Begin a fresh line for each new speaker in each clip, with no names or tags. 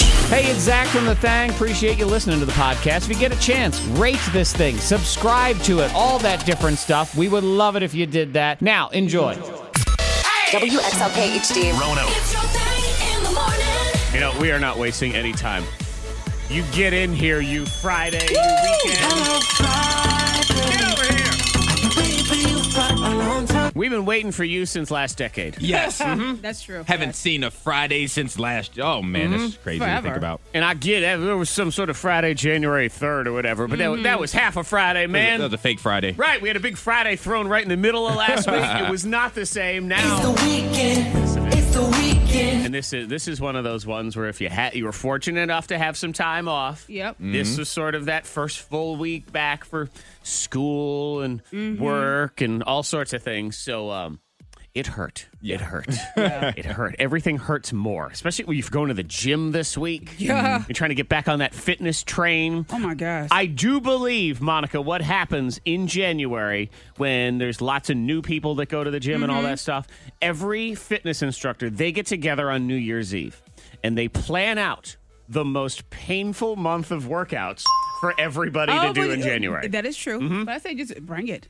Hey, it's Zach from The Thang. Appreciate you listening to the podcast. If you get a chance, rate this thing, subscribe to it, all that different stuff. We would love it if you did that. Now, enjoy.
WXLK HD.
Rono.
It's your thing in the morning.
You know, we are not wasting any time. You get in here, you Friday, you weekend. Get over here. We've been waiting for you since last decade.
Yes.
mm-hmm.
That's true.
Haven't seen a Friday since last. Oh man, this
Mm-hmm.
is crazy to think
Forever.
about.
And I get it. There was some sort of Friday, January 3rd or whatever, but
Mm-hmm.
that, that was half a Friday, man.
that was a fake Friday.
Right, we had a big Friday thrown right in the middle of last week. It was not the same now. And this is this is one of those ones where if you had you were fortunate enough to have some time off.
Yep.
This was sort of that first full week back for school and
Mm-hmm.
work and all sorts of things. So um it hurt. It hurt. It hurt. Everything hurts more, especially when you're going to the gym this week.
Yeah.
You're trying to get back on that fitness train.
Oh my gosh.
I do believe, Monica, what happens in January when there's lots of new people that go to the gym and all
Mm-hmm.
that stuff. Every fitness instructor, they get together on New Year's Eve and they plan out the most painful month of workouts for everybody
Oh,
to do
but-
in January. Mm-hmm.
That is true. But I say just bring it.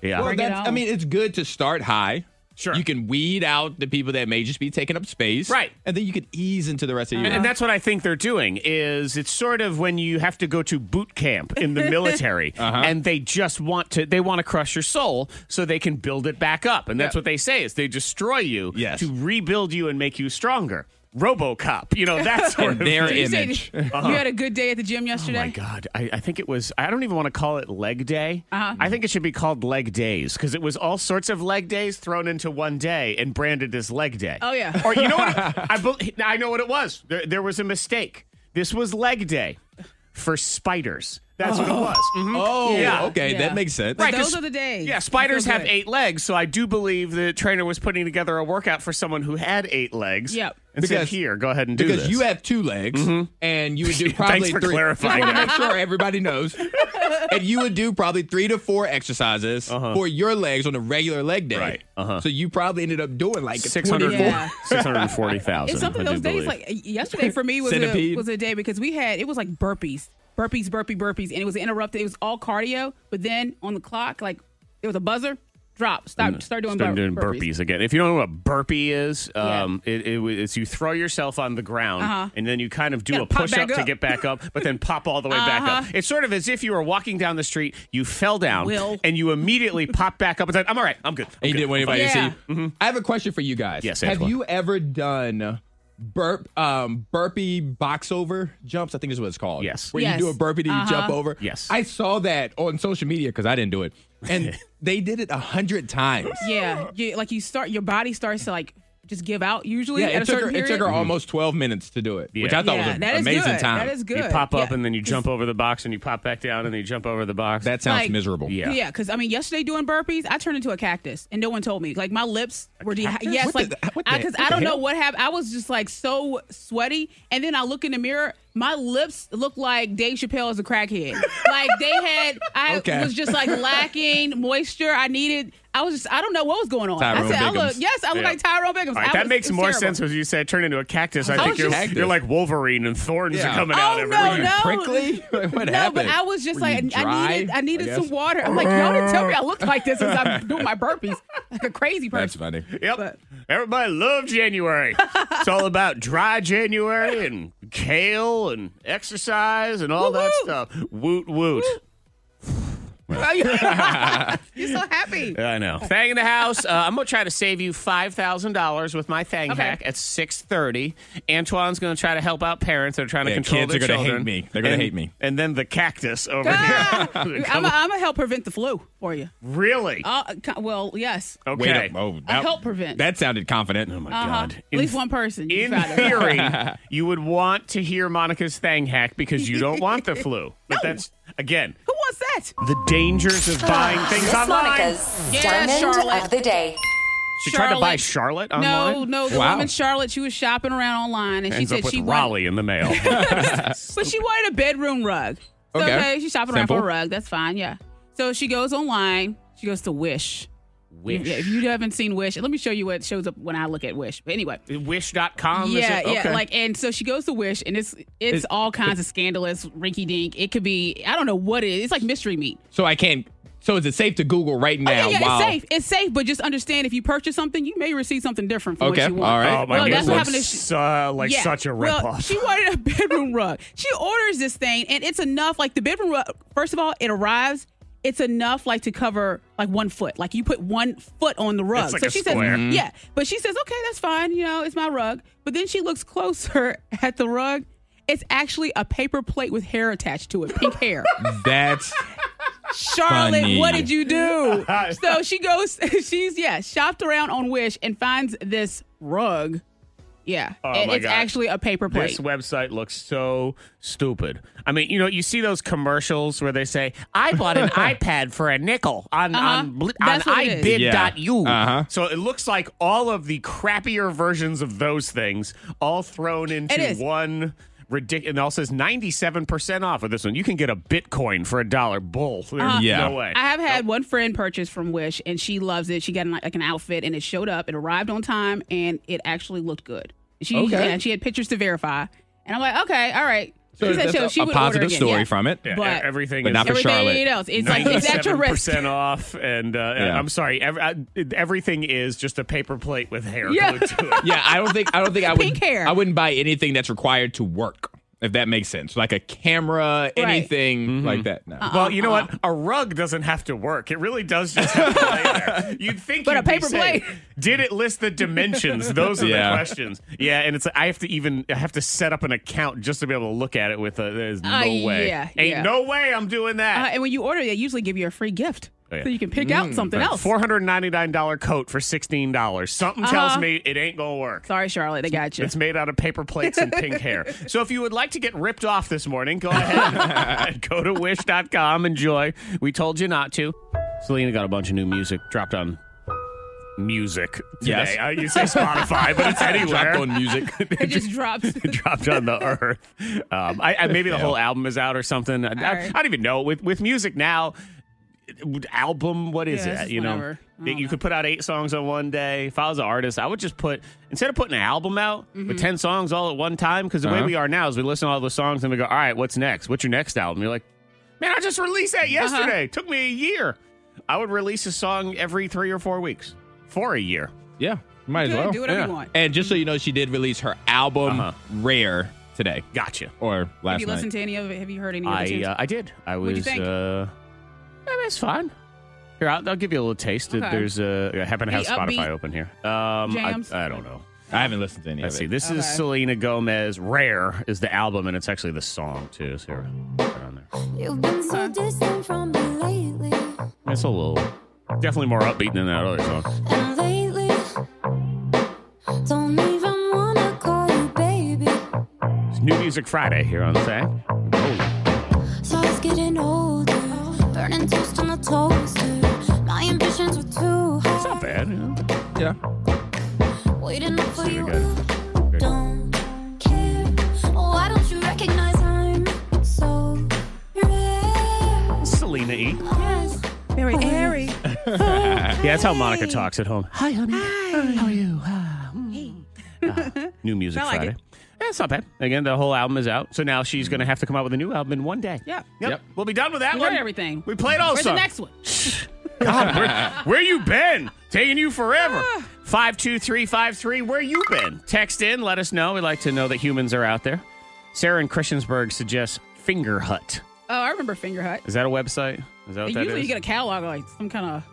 yeah.
Well,
Bring it
that's, I
on.
mean, it's good to start high.
Sure.
You can weed out the people that may just be taking up space.
Right.
And then you can ease into the rest of your.
And that's what I think they're doing is it's sort of when you have to go to boot camp in the military
Uh-huh.
and they just want to they want to crush your soul so they can build it back up. And that's
Yeah.
what they say is they destroy you
Yes.
to rebuild you and make you stronger. RoboCop, you know, that sort
And
of
their
thing.
You said
image.
Uh-huh.
You had a good day at the gym
Oh
yesterday.
my God. I, I think it was, I don't even want to call it leg day.
Uh-huh.
I think it should be called leg days because it was all sorts of leg days thrown into one day and branded as leg day.
Oh, yeah.
Or you know what? it- I, bel I know what it was. There, there was a mistake. This was leg day for spiders. That's what it was. Mhm.
Oh,
Yeah.
okay,
Yeah.
that makes sense.
Right,
Those
'cause-
are the days.
Yeah,
You
spiders
feel
have
good.
eight legs, so I do believe the trainer was putting together a workout for someone who had eight legs.
Yep.
And said,
Because-
"Here, go ahead and do
Because
this."
you have two legs, and you would do
Thanks
probably
for
three.
clarifying
Just wanna
that.
Make sure everybody knows. and you would do probably three to four exercises for your legs on a regular leg day.
Right. Uh-huh.
So you probably ended up doing like
600
24. Yeah.
640,000.
It's something
I do
those days
believe.
like yesterday for me was a,
Centipede.
was a day because we had it was like burpees, burpees, burpee, burpees, and it was interrupted. It was all cardio, but then on the clock, like there was a buzzer, drop,
Mm.
stop, start doing,
Start
bur-
doing burpees. again. If you don't know what a burpee is,
Yeah.
um, it, it, it's you throw yourself on the ground
Uh-huh.
and then you kind of do
Gotta
a
pop
push up,
back
to
up. Uh-huh.
get back up, but then pop all the way back up. It's sort of as if you were walking down the street, you fell down,
Will.
and you immediately pop back up and said, "I'm all right, I'm good." I'm
And you
good."
didn't want anybody
Yeah.
to see. Mm-hmm. I have a question for you guys.
Yes,
Have
Antoine.
you ever done burp um burpee box over jumps? I think is what it's called.
Yes.
Where
Yes. Uh-huh.
you do a burpee then you jump over.
Yes.
I saw that on social media because I didn't do it, and they did it a hundred times.
Yeah, you, like you start, your body starts to like just give out usually
Yeah,
at
it
a
took
certain
her. It
period.
took her almost twelve minutes to do it, which I thought
yeah,
was an
that is
amazing
good.
time.
That is good.
You pop up
Yeah.
and then you jump over the box and you pop back down and then you jump over the box.
That sounds
Like-
miserable.
Yeah.
Yeah, because I mean, yesterday doing burpees, I turned into a cactus, and no one told me. Like my lips were dehydrated. Yes,
What
like
the- what the-
because
what
I
the
don't know
hell?
what happened. I was just like so sweaty, and then I look in the mirror. My lips look like Dave Chappelle as a crackhead. like they had, I
Okay.
was just like lacking moisture. I needed. I was just, I don't know what was going on. I
Tyrone
said, I look,
Biggums.
yes, I look
Yeah.
like Tyrone Biggums.
All right,
I
that
was-
makes
it was
more
terrible.
sense when you said turn into a cactus. I,
I
think
was
you're,
just-
you're like Wolverine and thorns are
Yeah.
coming
Oh
out
no,
every
no,
week.
you prickly? Like, what
no, but
happened?
I was just
Were you
like, I
dry,
needed, I
I
needed
guess?
some water. I'm like, y'all didn't tell me I looked like this as I'm doing my burpees, like a crazy person.
That's funny.
Yep.
But-
Everybody love January. it's all about dry January and kale and exercise and all that
Woot woot.
stuff. Woot woot.
You're so happy.
I know. Thang in the house. Uh, I'm gonna try to save you five thousand dollars with my Thang
Okay.
hack at six thirty. Antoine's gonna try to help out parents that are trying to
Yeah,
control
kids
their
are gonna hate
children.
me. They're gonna
And-
hate me.
And then the cactus over here.
Ah! I'm gonna help prevent the flu for you.
really?
Uh, co- well, yes.
Okay.
Wait up. Oh, that-
help prevent.
That sounded confident. Oh my
Uh-huh. At least one person. You
In
tried it.
theory, you would want to hear Monica's Thang hack because you don't want the flu. But that's again
Who wants that?
the dangers of buying things
Miss
online.
Monica's
Yeah,
Diamond
Charlotte.
of the Day.
She tried to buy Charlotte online.
No, no. The
Wow.
woman Charlotte, she was shopping around online, and she
Ends
said
up with
she
Raleigh in the mail.
wanted, but she wanted a bedroom rug. So,
Okay.
okay, she's shopping around for a
Simple.
rug. That's fine. Yeah. So she goes online. She goes to Wish.
Wish.
Yeah, if you haven't seen Wish, let me show you what shows up when I look at Wish. But anyway.
Wish.com. is
Yeah,
it?
yeah.
Okay.
Like, and so she goes to Wish, and it's it's all kinds of scandalous, rinky dink. It could be, I don't know what it is. It's like mystery meat.
So I can't. So is it safe to Google right
Oh,
now?
yeah, yeah,
while-
it's safe. It's safe, but just understand if you purchase something, you may receive something different from
Okay,
what you want.
all right.
Oh my
well,
goodness,
that's what
looks
happened to. Sh-
uh, like
yeah.
such a ripoff.
Well, she wanted a bedroom rug. She orders this thing, and it's enough. Like the bedroom rug, first of all, it arrives. It's enough, like to cover like one foot. Like you put one foot on the rug.
It's like
so
a
she
square.
Mm-hmm.
says, yeah. But she says, okay, that's fine. You know, it's my rug. But then she looks closer at the rug. It's actually a paper plate with hair attached to it, pink hair.
That's
Charlotte,
Funny.
what did you do? so she goes, she's, yeah, shopped around on Wish and finds this rug. Yeah. and
Oh my
it's
God.
actually a paper plate.
This website looks so stupid. I mean, you know, you see those commercials where they say, "I bought an iPad for a nickel on on, bl- on
Uh-huh. That's what it is.
ibid.u."
Uh-huh.
So it looks like all of the crappier versions of those things all thrown
It
into
is.
one ridiculous. And it all says ninety seven percent off of this one. You can get a Bitcoin for a dollar. Bull. There's
Yeah.
no way.
Uh-huh. I have had one friend purchase from Wish and she loves it. She got an, like an outfit and it showed up. It arrived on time and it actually looked good. She
Okay.
and she had pictures to verify. And I'm like, okay, all again.
so that's a, a positive story
yeah.
from it.
Yeah, e-,
but-
everything
But
is
not for
Everything
Charlotte.
else. It's like it's at your risk.
97% off, and uh, I'm sorry, ev- I, it- everything is just a paper plate with hair
Yeah.
glued to it.
Yeah, I don't think I don't think I would.
Pink hair.
I wouldn't buy anything that's required to work, if that makes sense. Like a camera, anything
Mm-hmm.
like that. No.
Uh-uh.
Well, you know
Uh-huh.
what? A rug doesn't have to work. It really does just have to lay there. You'd think,
But a
you'd be
paper
safe.
plate.
Did it list the dimensions? Those are
Yeah.
the questions. Yeah, and it's I have to even I have to set up an account just to be able to look at it. With a, there's no
Uh,
way.
yeah,
Ain't
yeah.
no way I'm doing
Uh,
that.
and when you order, they usually give you a free gift.
Oh, yeah.
So you can pick
Mm,
out something else.
Four hundred ninety nine dollar coat for sixteen dollars. Something tells
Uh-huh.
me it ain't gonna work.
Sorry, Charlotte, they got you.
It's made out of paper plates and pink hair. So if you would like to get ripped off this morning, go ahead and go to wish.com. Enjoy. We told you not to. Selena got a bunch of new music dropped on music today.
Yes.
Uh, you say Spotify, but it's anywhere.
Dropped on music.
It just drops.
dropped on the earth. Um, I, I, maybe the whole album is out or something. I, I, I
right.
don't even know. With with music now, it would- album, what is
Yeah, it's
it?
just
You know,
whatever. I don't
you
know.
could put out eight songs on one day. If I was an artist, I would just put instead of putting an album out
Mm-hmm.
with ten songs all at one time. Because the way
Uh-huh.
we are now is we listen to all the songs and we go, all right, what's next? What's your next album? You're like, man, I just released
Uh-huh.
that yesterday. Took me a year. I would release a song every three or four weeks for a year.
yeah, might as
Good,
well.
do whatever you
Yeah.
want.
And just so you know, she did release her album
Uh-huh.
Rare today
Gotcha.
or last
Have you
night.
listened to any of it? Have you heard any of the
I
tunes?
uh, I did. I was.
What'd you think?
Uh, I mean, it's fine. Here, I'll, I'll give you a little taste. Uh,
Okay.
There's a. I happen to have
Any upbeat
Spotify open here. Um,
jams?
I, I don't know.
I haven't listened to any
Let's
of
see.
it.
This
Okay.
is Selena Gomez. Rare is the album, and it's actually the song too. So here, put it on there.
You've been so distant from me lately,
It's a little, definitely more upbeat than that other song.
and lately, don't even wanna call you baby.
It's New Music Friday here on the Oh, thing.
So I was getting older, burning toast on the toaster. My ambitions were too
It's
high,
not bad. You know?
Yeah.
waiting up for
See
you.
what we
Don't care. Why don't you recognize I'm so rare?
Selena E.
Yes,
Very airy.
Yeah, that's how Monica talks at home. Hi, honey. How are you? Ah, mm. Ah, new music
I like
Friday.
it.
Yeah, it's not bad. Again, the whole album is out, so now she's going to have to come out with a new album in one day.
Yeah.
Yep.
Yep.
We'll be done with that
We
one.
heard everything.
We played all
Where's the
songs.
next one?
God, where, where you been? Taking you forever.
Ah.
52353, where you been? Text in, let us know. We like to know that humans are out there. Sarah in Christiansburg suggests Finger Hut.
Oh, I remember Finger Hut.
Is that a website? Is that what that
Usually
is?
you get a catalog, like some kind of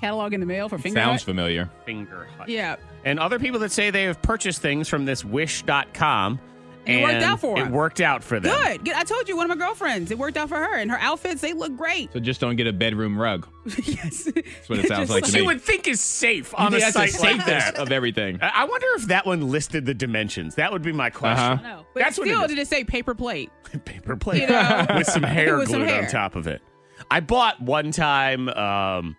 catalog in the mail for Finger
Sounds
Hut.
familiar.
Finger Hut.
Yeah.
and other people that say they have purchased things from this wish.com
It worked out for
it
them.
worked out for them
Good. Good. I told you, one of my girlfriends, it worked out for her, and her outfits, they look great.
So just don't get a bedroom rug.
yes. That's
what it sounds like to
you
me.
would think is safe on
You
a
think
site
that's the
like that
safest of everything.
i I wonder if that one listed the dimensions that would be my question
No, but
that's what
still,
it is.
did it say paper plate?
paper plate
You know?
with some hair
With some
glued on
hair.
top of it. I bought one time. Um,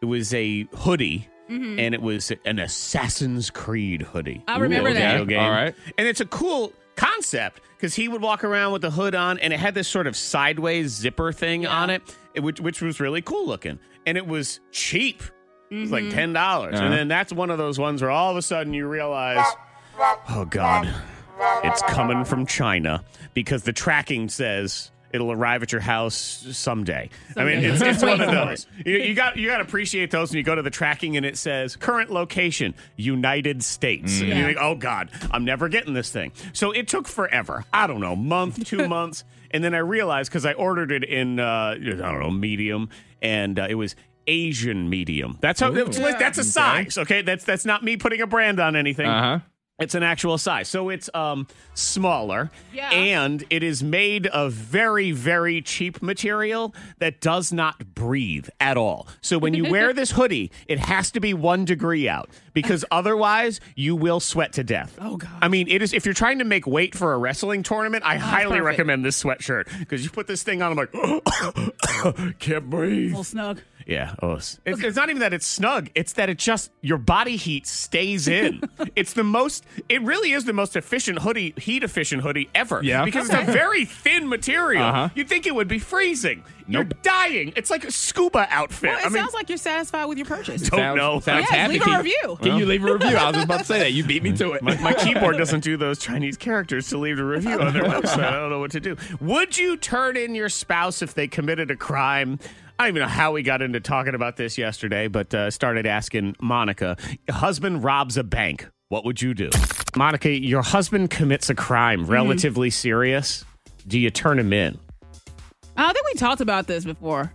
it was a hoodie, and it was an Assassin's Creed hoodie.
Mm-hmm. I remember
Ooh,
that.
video game.
All right.
and it's a cool concept because he would walk around with the hood on, and it had this sort of sideways zipper thing on it, it- which which was really cool looking, and it was cheap. It's
Mm-hmm.
like ten dollars,
Uh-huh.
and then that's one of those ones where all of a sudden you realize, oh god, it's coming from China because the tracking says it'll arrive at your house someday. I mean, it's, it's one of those. You, you got you got to appreciate those when you go to the tracking and it says current location United States. And
Yeah.
you're like, oh god, I'm never getting this thing. So it took forever. I don't know, month, two months, and then I realized because I ordered it in uh, I don't know medium, and uh, it was. Asian medium. That's how. that's- that's a size. Okay, that's that's not me putting a brand on anything.
Uh-huh.
It's an actual size. So it's um smaller
Yeah.
and it is made of very very cheap material that does not breathe at all. So when you wear this hoodie, it has to be 1 degree out because otherwise you will sweat to death.
Oh, God.
I mean, it is if you're trying to make weight for a wrestling tournament, I highly
Oh, perfect.
recommend this sweatshirt because you put this thing on I'm like can't breathe.
little snug.
Yeah. Oh, it's, it's, it's not even that it's snug. It's that it just your body heat stays in. it's the most. It really is the most efficient hoodie, heat efficient hoodie ever.
Yeah.
Because it's a very thin material.
Uh-huh.
You'd think it would be freezing. You're
Nope.
dying. It's like a scuba outfit.
Well, it
I mean,
sounds like you're satisfied with your purchase.
don't know.
Yes, leave a
Can-
review.
Can you leave a review? I was just about to say that. You beat me to it.
my, my keyboard doesn't do those Chinese characters to leave a review on their website. I don't know what to do. Would you turn in your spouse if they committed a crime? I don't even know how we got into talking about this yesterday, but uh, started asking Monica. Husband robs a bank. What would you do? Monica, your husband commits a crime
Mm-hmm.
relatively serious. Do you turn him in?
I think we talked about this before.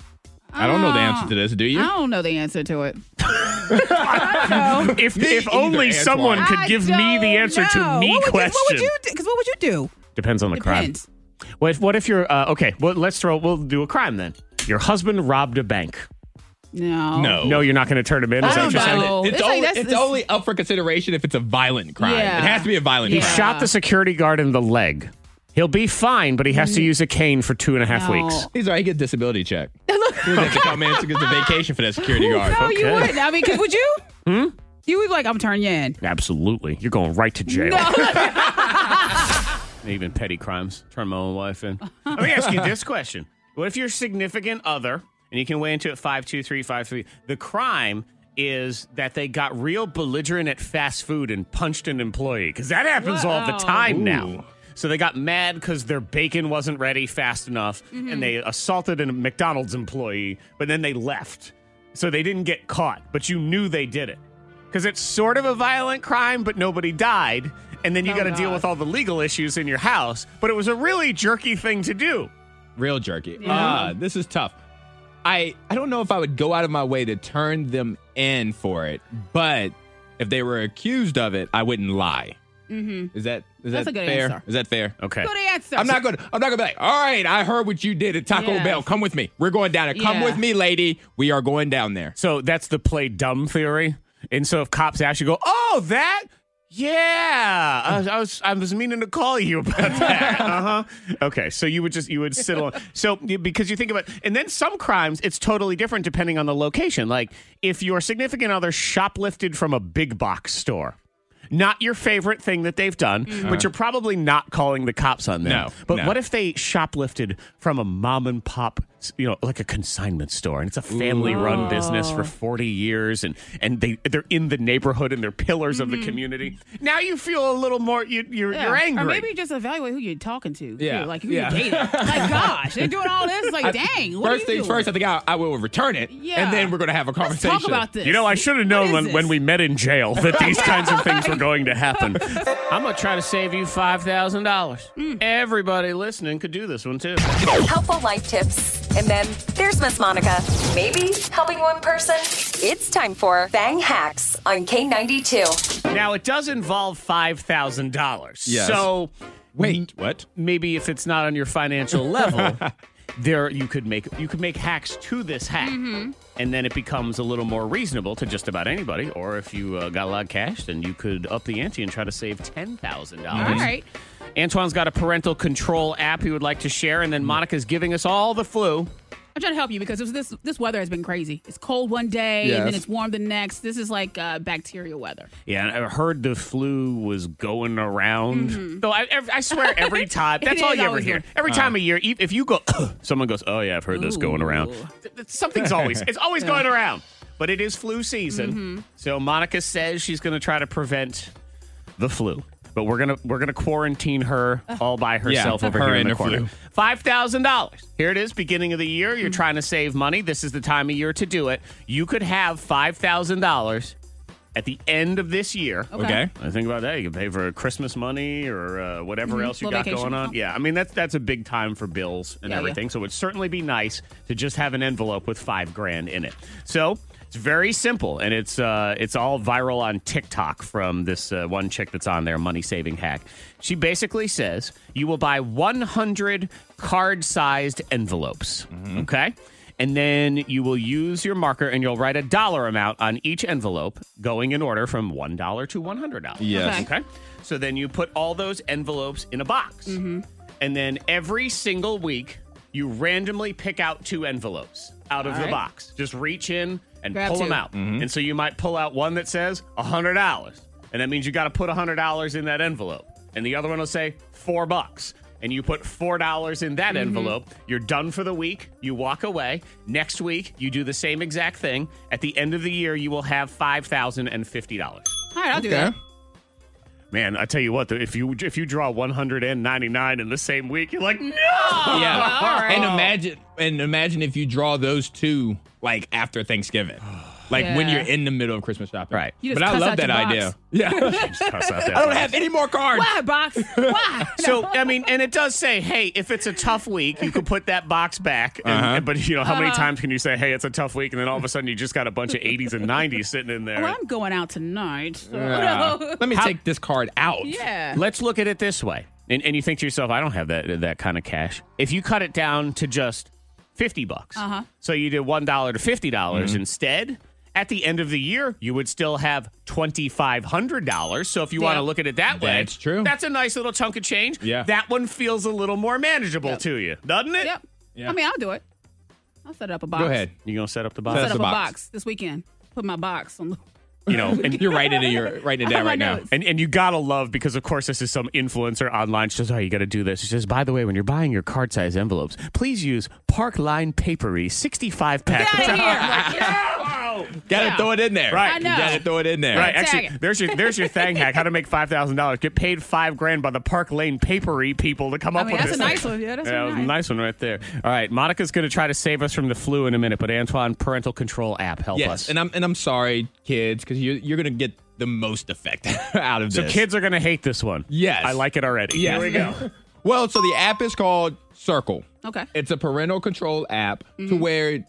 I don't know the answer to this, do you?
I don't know the answer to it.
If,
Me
if
either,
only
Antoine.
someone could
I
give me
don't
the answer to
know.
me
what would
question.
You, what would you? Because what would you do?
Depends on the crime.
Depends.
What if, what if you're uh, okay? Well, let's throw. We'll do a crime then. Your husband robbed a bank.
No.
No.
No, you're not going to turn him in. Is that
I
what
don't
you're saying?
buy
saying?
it. It's,
It's like
only,
that's-
it's
it's-
only up for consideration if it's a violent crime.
Yeah.
It has to be a violent
He
crime.
Shot the security guard in the leg. He'll be fine, but he has to use a cane for two and a half
No.
weeks.
He's all right. He gets disability check. He would have to come in to get the vacation for that security guard.
No, you
Okay.
wouldn't. I mean, 'cause would you? hmm? You would be like, I'm turning you in.
Absolutely, you're going right to jail.
No.
Even petty crimes. Turn my own wife in. Let me ask you this question: What if your significant other, and you can weigh into it five two three five three? The crime is that they got real belligerent at fast food and punched an employee because that happens all the
Wow.
time now.
Ooh.
So they got mad because their bacon wasn't ready fast enough, and they assaulted a McDonald's employee, but then they left. So they didn't get caught, but you knew they did it. Because it's sort of a violent crime, but nobody died. And then you
Oh,
got to deal
God.
with all the legal issues in your house. But it was a really jerky thing to do.
Real jerky. Ah, this is tough. I I don't know if I would go out of my way to turn them in for it, but if they were accused of it, I wouldn't lie. Mm-hmm. Is that is
That's
that
a good
fair?
answer.
Is that fair?
Okay.
Good answer.
I'm not gonna I'm not gonna be like, all right, I heard what you did at Taco
Yeah.
Bell. Come with me. We're going down there. Come
Yeah.
with me, lady. We are going down there.
So that's the play dumb theory. And so if cops actually go, oh, that? Yeah, I was, I was I was meaning to call you about that. Uh
Uh-huh.
huh. Okay, so you would just you would sit alone. So you- because you think about, and then some crimes, it's totally different depending on the location. Like if your significant other shoplifted from a big box store, not your favorite thing that they've done, but you're probably not calling the cops on them.
Mm-hmm. No,
but
no.
what if they shoplifted from a mom and pop, you know, like a consignment store, and it's a family-run business
Oh.
for 40 years, and and they they're in the neighborhood and they're pillars of the community. Now you feel a little more you you're,
Mm-hmm. Yeah.
you're angry.
Or maybe just evaluate who you're talking to. too.
Yeah.
Like who
Yeah.
you're dating. like, gosh, they're doing all this. Like,
I-
dang. What are
First
you
things
doing?
first, I think I, I will return it.
Yeah.
And then we're going to have a
Let's
conversation.
talk about this.
You know, I should have known
is
when,
this?
when we met in jail that these kinds of things were going to happen. I'm going to try to save you $5,000.
Mm.
Everybody listening could do this one too.
Helpful life tips. And then there's Miss Monica. Maybe helping one person. It's time for Bang Hacks on K92.
Now, it does involve $5,000.
Yes.
So
Wait, what?
maybe if it's not on your financial level, there you could make you could make hacks to this hack.
Mm-hmm.
And then it becomes a little more reasonable to just about anybody. Or if you uh, got a lot of cash, then you could up the ante and try to save ten thousand dollars.
Mm-hmm. All right.
Antoine's got a parental control app he would like to share, and
Mm-hmm.
then Monica's giving us all the flu.
I'm trying to help you because it was this this weather has been crazy. It's cold one day and then
Yes.
it's warm the next. This is like uh, bacterial weather.
Yeah, and I heard the flu was going around.
Mm-hmm.
Though I, ev- I swear, every time that's all
is
you ever
always
hear.
one.
Every
Uh.
time a year, e- if you go, someone goes, "Oh yeah, I've heard this going around."
Ooh.
Th- th- Something's always it's always going around. But it is flu season.
Mm-hmm.
So Monica says she's going to try to prevent the flu. But we're gonna we're gonna quarantine her all by herself over
her
here in
and
the
her flu. Mm.
corner. Five thousand dollars. Here it is, beginning of the year. You're trying to save money. This is the time of year to do it. You could have five thousand dollars at the end of this year.
Okay.
I think about that. You can pay for Christmas money or uh, whatever else you
Little
got
vacation.
going on. Yeah, I mean that's that's a big time for bills and
Yeah, yeah.
everything. So it'd certainly be nice to just have an envelope with five grand in it. So it's very simple, and it's uh, it's all viral on TikTok from this uh, one chick that's on there, money saving hack. She basically says you will buy 100 card sized envelopes.
Mm-hmm.
Okay. And then you will use your marker and you'll write a dollar amount on each envelope going in order from $1 to $100.
Yes.
Okay.
Okay. So then you put all those envelopes in a box.
Mm-hmm.
And then every single week, you randomly pick out two envelopes out of the
right.
box. Just reach in and
Grab
pull them
two.
out. And so you might pull out one that says $100. And that means you got to put $100 in that envelope. And the other one will say 4 bucks. And you put $4 in that
Mm-hmm.
envelope. You're done for the week. You walk away. Next week, you do the same exact thing. At the end of the year, you will have $5,050.
All right, I'll do
Okay.
that.
Man, I tell you what, though, if you if you draw 199 in the same week, you're like, no.
Yeah.
Uh-huh. all right.
And imagine and imagine if you draw those two like after Thanksgiving. Like when
Yeah.
you're in the middle of Christmas shopping.
Right.
You just
But I
cuss
love
out your
that
box.
idea. Yeah. I don't have any more cards.
Why box? Why?
So I mean, and it does say, hey, if it's a tough week, you can put that box back. And,
Uh-huh.
and- but you know, how many times can you say, hey, it's a tough week, and then all of a sudden you just got a bunch of 80s and 90s sitting in there?
Well, I'm going out tonight. So.
Yeah.
No.
Let me take this card out.
Yeah.
Let's look at it this way. And, and you think to yourself, I don't have that that kind of cash. If you cut it down to just 50 bucks. Uh-huh. So you did $1 to $50
Mm-hmm.
dollars instead. At the end of the year, you would still have $2500. So if you want to
Yeah.
look at it that way,
That's true.
That's a nice little chunk of change.
Yeah.
That one feels a little more manageable to you, doesn't it?
Yep.
Yeah.
I mean, I'll do it. I'll set up a box.
Go ahead.
You going to set up the
Set
box?
Set
That's
up a
a box.
box. this weekend. Put my box on.
you know, and
You're writing it you're writing it
I
down
my
right now.
notes.
And, and you gotta love because of course this is some influencer online. She says, "Oh, you gotta do this." She says, "By the way, when you're buying your card size envelopes, please use Park Line Papery 65 pack."
Get outta here.
Gotta
Yeah.
throw it in there.
Right. I
You
know.
gotta throw it in there.
Right,
Tag
actually,
it.
there's your there's your thing hack. How to make five thousand dollars? Get paid five grand by the Park Lane Papery people to come
I
up
mean,
with
that's
this.
a nice
thing.
one. Yeah, that's
that was
really
a nice one right there. All right, Monica's gonna try to save us from the flu in a minute, but Antoine, parental control app, help
Yes.
us.
And I'm and I'm sorry, kids, because you're you're gonna get the most effect out of
so
this.
kids are gonna hate this one.
Yes.
I like it already.
Yes.
Here we go.
Well, so the app is called Circle.
Okay.
It's a parental control app
Mm-hmm.
to where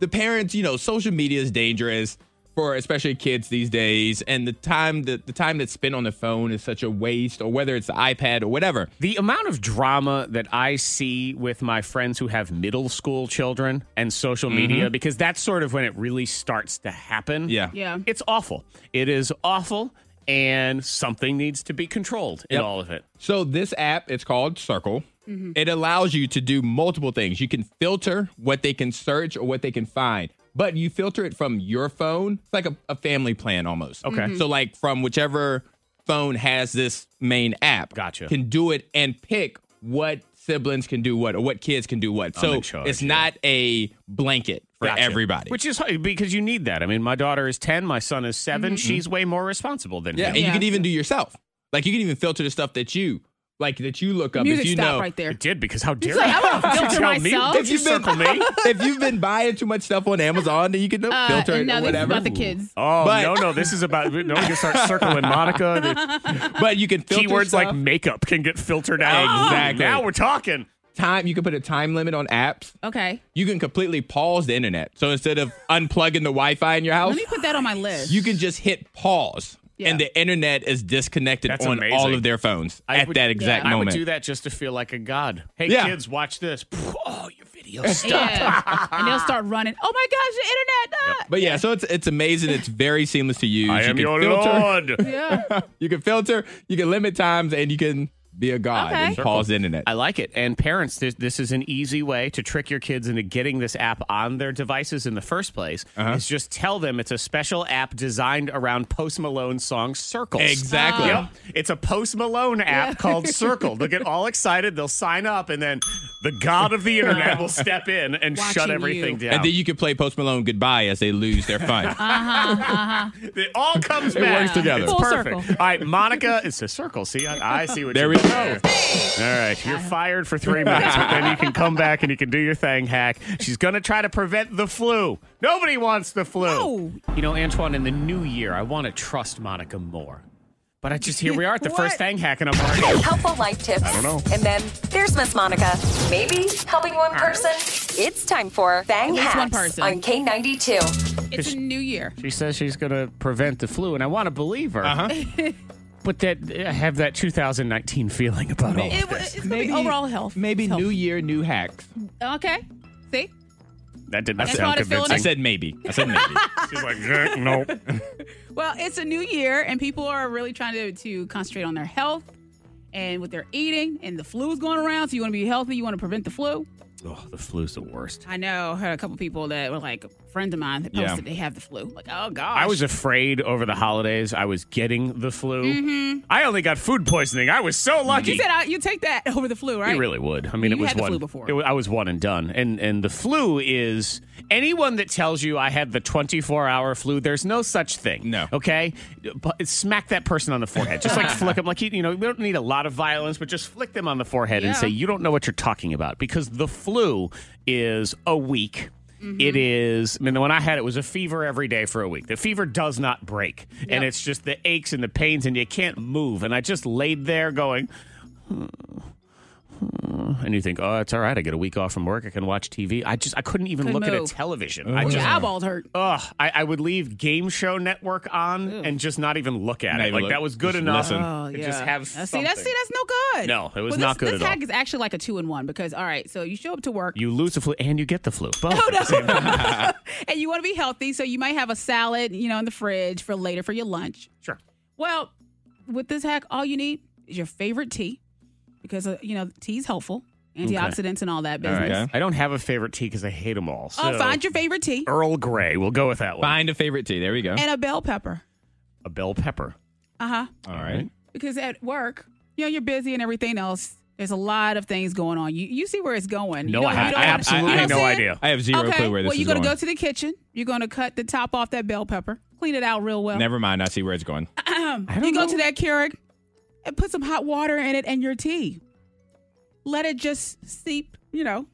the parents, you know, social media is dangerous for especially kids these days, and the time that the time that's spent on the phone is such a waste, or whether it's the iPad or whatever.
The amount of drama that I see with my friends who have middle school children and social
Mm-hmm.
media, because that's sort of when it really starts to happen.
Yeah.
Yeah.
It's awful. It is awful, and something needs to be controlled in
Yep.
all of it.
So this app, it's called Circle.
Mm-hmm.
It allows you to do multiple things. You can filter what they can search or what they can find, but you filter it from your phone. It's like a, a family plan almost.
Okay. Mhm.
So like from whichever phone has this main app.
Gotcha.
Can do it and pick what siblings can do what or what kids can do what. so
in charge,
it's
yeah.
not a blanket for
Gotcha.
everybody.
Which is hard because you need that. I mean, my daughter is 10, my son is 7.
Mm-hmm.
She's way more responsible than
yeah, and
him.
you
Yeah.
can even do yourself. Like you can even filter the stuff that you like that you look up
Music
if you
stop
know
right there.
It did because how dare
like,
you?
I wouldn't
Don't you
filter
tell Me,
myself.
did
If
you
you've been-
circle me?
if you've been buying too much stuff on Amazon, then you can
Uh,
filter it
no,
or
this is
whatever.
about the kids.
Oh,
But-
no, no. This is about, no, we can start circling Monica.
But you can filter
keywords like
stuff.
makeup can get filtered out.
Exactly.
Now we're talking.
time. You can put a time limit on apps.
Okay.
You can completely pause the internet. So instead of unplugging the Wi-Fi in your house,
Let me put that on my list.
you can just hit pause,
Yeah.
and the internet is disconnected
That's
on
amazing.
all of their phones
I
at
would-
that exact
I
moment.
would do that just to feel like a god. Hey,
Yeah.
kids, watch this. Oh, your video stuff.
Yeah. and they'll start running. Oh my gosh, the internet! ah!"
But yeah, so it's it's amazing. It's very seamless to use.
I
you
am
can
your
filter.
lord.
Yeah.
You can filter. You can limit times, and you can Be a god
Okay.
and pause the internet.
I like it. And parents, this, this is an easy way to trick your kids into getting this app on their devices in the first place.
Uh-huh.
Is just tell them it's a special app designed around Post Malone's song Circles.
Exactly.
Yep. It's a Post Malone app called Circle. They'll get all excited. They'll sign up, and then the god of the internet will step in and shut
Watching
everything
you.
down.
And then you can play Post Malone goodbye as they lose their fun.
It all comes
It
back.
works together.
It's
Full
perfect.
circle.
All right, Monica, it's a circle. See, I, I see what
There
you
we
did
go.
All right, you're fired for three minutes, but then you can come back and you can do your thing, hack. She's going to try to prevent the flu. Nobody wants the flu.
No.
You know, Antoine, in the new year, I want to trust Monica more. But I just, here we are at the first
What?
thing hack, and I'm like,
Helpful life tips. I
don't know.
And then there's Miss Monica. Maybe helping one person. It's time for Bang
least
Hacks
one person.
on K92.
It's a new year.
she says she's going to prevent the flu, and I want to believe her. Uh-huh. but that I have that 2019 feeling about all
It,
of
it's
this.
gonna be overall health.
Maybe
Health.
new year, new hacks.
Okay. See?
That did not
That's
sound
not a feeling.
convincing.
I said maybe. I said maybe.
She's like, "Eh, nope.
Well, it's a new year, and people are really trying to, to concentrate on their health and what they're eating. And the flu is going around, so you want to be healthy. You want to prevent the flu.
Oh, the flu's the worst.
I know I heard a couple people that were like friends of mine that
Yeah.
posted they have the flu. Like, oh gosh,
I was afraid over the holidays I was getting the flu. I only got food poisoning. I was so lucky.
Mm-hmm. You said I, you take that over the flu, right?
You really would. I mean,
You
it was
had the
one.
flu before.
it wa- I was one and done. And and the flu is anyone that tells you I had the 24 hour flu. There's no such thing.
No.
Okay. But smack that person on the forehead. Just like flick them. Like you you know, we don't need a lot of violence, but just flick them on the forehead and
Yeah.
say you don't know what you're talking about because the flu is a week.
Mm-hmm.
It is. I mean, when I had it was a fever every day for a week. The fever does not break, and it's just the aches and the pains, and you can't move. And I just laid there going and you think, oh, it's all right. I get a week off from work. I can watch TV. I just I couldn't even
Couldn't
look at a
move.
television. I
Your
just.
eyeballs hurt.
Ugh, I, I would leave Game Show Network on and just not even look at
Not
it.
even
Like
look.
that was good
Just
enough.
listen.
Oh,
to
yeah.
Just have
Now, see, that's
something.
see, that's no good.
No, it was
Well,
not
this,
good
This
at
hack
all.
is actually like a two in one because all right, so you show up to work
You lose the flu and you get the flu. Both.
and you want to be healthy, so you might have a salad, you know, in the fridge for later for your lunch.
Sure.
Well, with this hack, all you need is your favorite tea because uh, you know tea is helpful, antioxidants and all that
All
business.
right.
Okay.
I don't have a favorite tea because I hate them all. So
Oh, find your favorite tea
Earl Grey. We'll go with that one.
Find a favorite tea. There we go.
and a bell pepper.
A bell pepper.
Uh huh.
All right.
Because at work, you know, you're busy and everything else. There's a lot of things going on. You you see where it's going.
No,
you
I,
don't-
I
you don't-
absolutely
you
have
don't
no
see it?
idea.
I have zero
okay.
clue where this
well,
is
you're
going.
to go to the kitchen. You're going to cut the top off that bell pepper, clean it out real well.
Never mind. I see where it's going.
Mm. You
Mm-hmm.
go to that Keurig and put some hot water in it and your tea. Let it just seep, you know.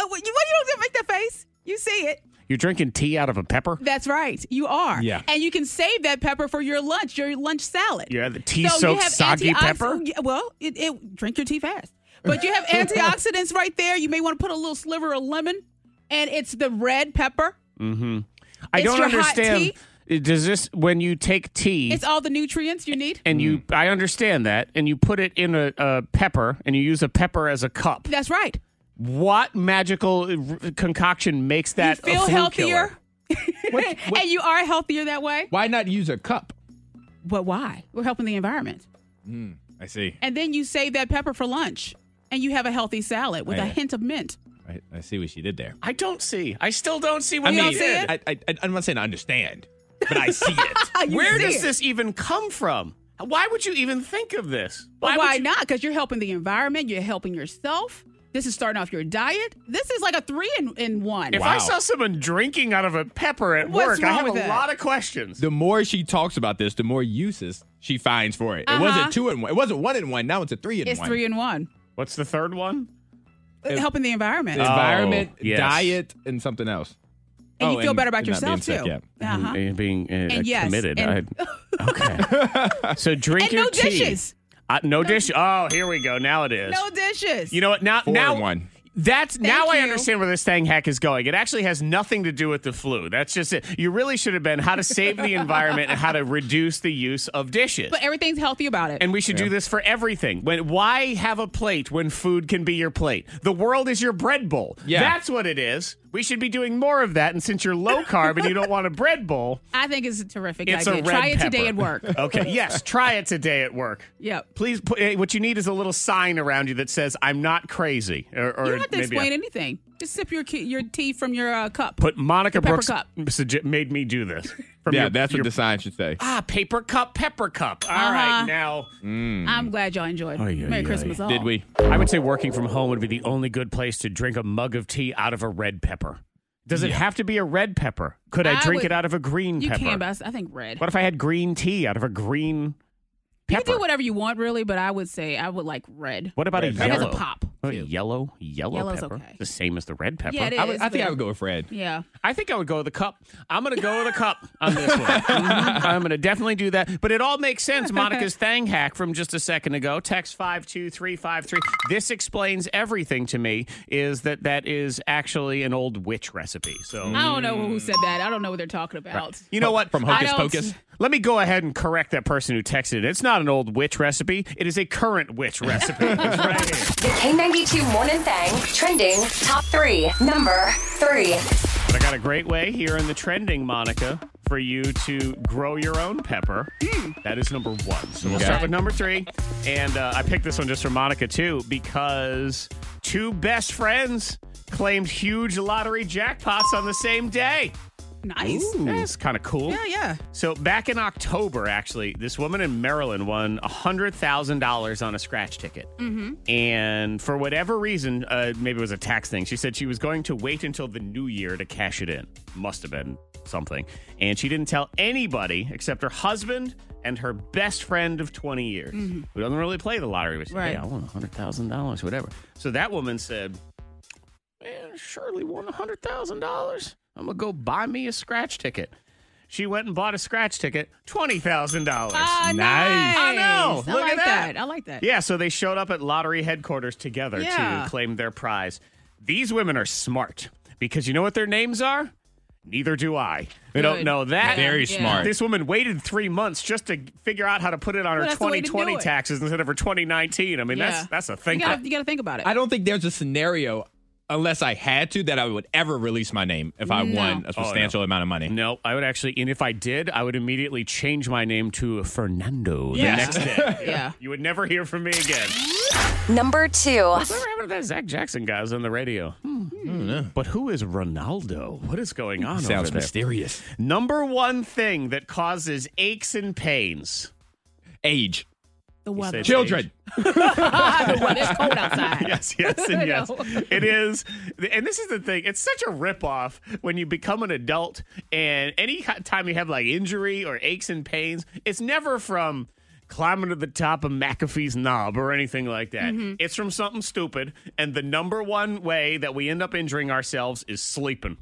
Oh, what, you, what, you don't make that face? You see it.
You're drinking tea out of a pepper.
That's right. You are.
Yeah.
And you can save that pepper for your lunch, your lunch salad.
Yeah, the tea
you
soaked
have
soggy
antioxid-
pepper?
Yeah, Well, it, it drink your tea fast. But you have antioxidants right there. You may want to put a little sliver of lemon, and it's the red pepper.
I
It's
don't
your hot
understand. Does this when you take tea?
It's all the nutrients you need.
and you I understand that and you put it in a, a pepper and you use a pepper as a cup.
That's right.
What magical r- concoction makes that
you feel
a flu
healthier,
killer? What- what-
and you are healthier that way.
Why not use a cup?
But why? We're helping the environment.
I see.
And then you save that pepper for lunch and you have a healthy salad with a
Right.
hint of mint.
I, I see what she did there.
I don't see. I still don't see what
I
you
mean,
did.
I, I, I, I'm not saying I understand, but I see it.
You
Where
see
does
it.
this even come from? Why would you even think of this?
Why,
would
why
you-
not? Because you're helping the environment, you're helping yourself. This is starting off your diet. This is like a three in, in one.
If
Wow.
I saw someone drinking out of a pepper at
What's
work, I
wrong
have a
with that?
lot of questions.
the more she talks about this, the more uses she finds for it. It
Uh-huh.
wasn't two in one. It wasn't one in one. Now it's a three in
It's
one.
three in one.
What's the third one?
helping the environment.
Uh,
Environment,
Oh, yes.
diet, and something else.
and
oh,
you feel
and-
better about
and not being
yourself
sick,
too.
yeah.
Uh-huh.
And being uh,
And yes,
committed.
and-
I- okay. so drink
And
your
no
tea.
dishes.
Uh, no dish. Oh, here we go. Now it is.
No dishes.
You know what? Now,
Four
now
in one.
That's now I
you.
understand where this thing hack is going. It actually has nothing to do with the flu. That's just it. You really should have been how to save the environment and how to reduce the use of dishes.
but everything's healthy about it.
and we should do this for everything. When why have a plate when food can be your plate? The world is your bread bowl.
Yeah.
That's what it is. We should be doing more of that. And since you're low carb and you don't want a bread bowl,
I think it's a terrific
it's
idea.
a red
Try it
pepper.
today at work.
okay. Yes. Try it today at work.
Yep.
Please put eh, what you need is a little sign around you that says "I'm not crazy." Or, or
You don't have to
maybe
explain
I-
anything. Just sip your ki- your tea from your uh, cup.
But Monica
Your pepper
Brooks
cup.
sugge- made me do this. From
Yeah,
your-
that's
your-
what the sign should say.
ah paper cup, pepper cup. All right,
Uh-huh.
now
I'm
Mm.
glad y'all enjoyed.
Ay, ay,
Merry
ay.
Christmas, all.
Did we?
I would say working from home would be the only good place to drink a mug of tea out of a red pepper. Does it have to be a red pepper? Could I,
I
drink
would-
it out of a green
You
pepper?
can, but I s- I think red.
what if I had green tea out of a green
you
pepper?
can do whatever you want, really, but I would say I would like red.
What about a
Red
Red
yellow?
as a pop.
What about yellow, yellow
Yellow's
pepper.
okay.
The same as the red pepper.
Yeah, it is.
I, would- I think
but-
I would go with Fred.
Yeah.
I think I would go with the cup. I'm going to go with a cup on this one. Mhm. I'm going to definitely do that. But it all makes sense. Monica's thang hack from just a second ago. Text 52353. This explains everything to me is that that is actually an old witch recipe. So
I don't know who said that. I don't know what they're talking about.
you know what?
From
I
Hocus
don't-
Pocus.
Let me go ahead and correct that person who texted it. It's not an old witch recipe. It is a current witch recipe. It's right here.
The K92 Morning Thang trending top three. Number three.
But I got a great way here in the trending, Monica, for you to grow your own pepper. That is number one. So we'll
Okay.
start with number three. And uh, I picked this one just for Monica, too, because two best friends claimed huge lottery jackpots on the same day.
Nice.
That's kind of cool.
Yeah, yeah.
So back in October, actually, this woman in Maryland won hundred thousand dollars on a scratch ticket, and for whatever reason, uh, maybe it was a tax thing. She said she was going to wait until the new year to cash it in. Must have been something, and she didn't tell anybody except her husband and her best friend of twenty years, who doesn't really play the lottery. But she, hey,
Right.
I won hundred thousand dollars, whatever. So that woman said man, Shirley won $100,000. I'm going to go buy me a scratch ticket. She went and bought a scratch ticket, $20,000.
Ah, nice.
I know.
I
Look
like
at that.
that. I like that.
Yeah, so they showed up at lottery headquarters together
Yeah.
to claim their prize. These women are smart because you know what their names are? Neither do I. They don't
Good.
know that.
Very
Yeah.
smart.
This woman waited three months just to figure out how to put it on
Well,
her
that's the way to do
2020
it.
taxes instead of her 2019. I mean,
Yeah.
that's that's a
You
thinker.
gotta, you gotta think about it.
I don't think there's a scenario, unless I had to, that I would ever release my name if I
Oh,
won a substantial amount of money.
No, I would actually, and if I did, I would immediately change my name to Fernando
Yeah.
the next day.
yeah.
You would never hear from me again.
Number two.
Whatever happened to that Zach Jackson guy was on the radio? Hmm. But who is Ronaldo? What is going on over
Sounds
there?
mysterious.
Number one thing that causes aches and pains.
Age.
The
said
weather.
Chill.
Children.
the weather. It's cold outside.
Yes, yes,
I
and yes.
know.
It is. And this is the thing. It's such a ripoff when you become an adult and any ki- time you have like injury or aches and pains, it's never from climbing to the top of McAfee's knob or anything like that.
Mm-hmm.
It's from something stupid. And the number one way that we end up injuring ourselves is sleeping.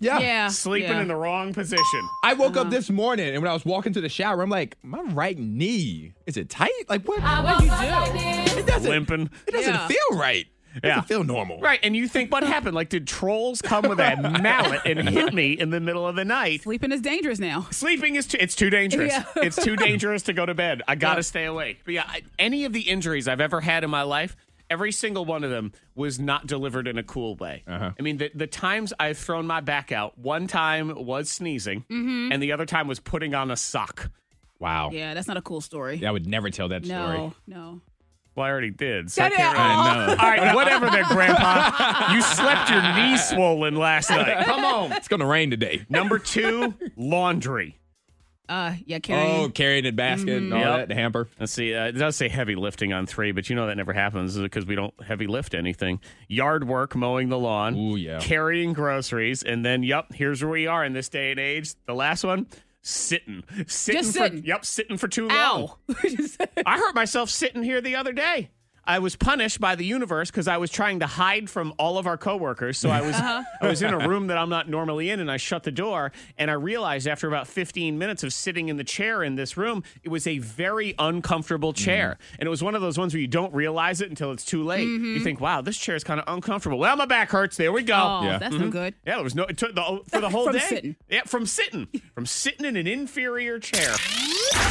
Yeah.
Yeah. Uh-huh.
Sleeping
Ah, yeah.
in the wrong position.
I woke up this morning and when I was walking to the shower, I'm like, my right knee, is it tight? Like, what?
What'd you do?
It doesn't,
Limping.
It doesn't
Uh, Yeah.
feel right. It
Yeah.
doesn't feel normal.
Right. And you think, what happened? Like, did trolls come with a mallet and hit me in the middle of the night?
Sleeping is dangerous now.
Sleeping is too, it's too dangerous.
Yeah.
it's too dangerous to go to bed. I gotta stay awake. But yeah, I, any of the injuries I've ever had in my life, every single one of them was not delivered in a cool way. I mean, the, the times I've thrown my back out, one time was sneezing,
Mm-hmm.
and the other time was putting on a sock.
Wow.
Yeah, that's not a cool story.
I would never tell that
no,
story.
no.
Well, I already did. So I
Shut
can't
it
really-
off.
All right, whatever there, Grandpa. You slept your knee swollen last night. Come on.
It's going to rain today.
Number two, laundry.
Uh, yeah,
Oh,
Carrie.
carrying a basket
Mm-hmm.
and all
Yep.
that, the hamper.
Let's see. Uh, it does say heavy lifting on three, but you know that never happens because we don't heavy lift anything. Yard work, mowing the lawn,
Ooh, yeah.
carrying groceries, and then yep, here's where we are in this day and age. The last one, sitting, sitting,
Just
for,
sitting.
yep, sitting for too long.
Ow.
I hurt myself sitting here the other day. I was punished by the universe because I was trying to hide from all of our coworkers. So I was
Uh-huh.
I was in a room that I'm not normally in, and I shut the door. And I realized after about 15 minutes of sitting in the chair in this room, it was a very uncomfortable chair, and it was one of those ones where you don't realize it until it's too late. You think, "Wow, this chair is kind of uncomfortable." Well, my back hurts. There we go.
Mm-hmm. Oh,
Yeah.
that's no good.
Yeah, Mm-hmm. there was no it took the, for the whole
From
day.
sitting.
Yeah, from sitting, from sitting in an inferior chair.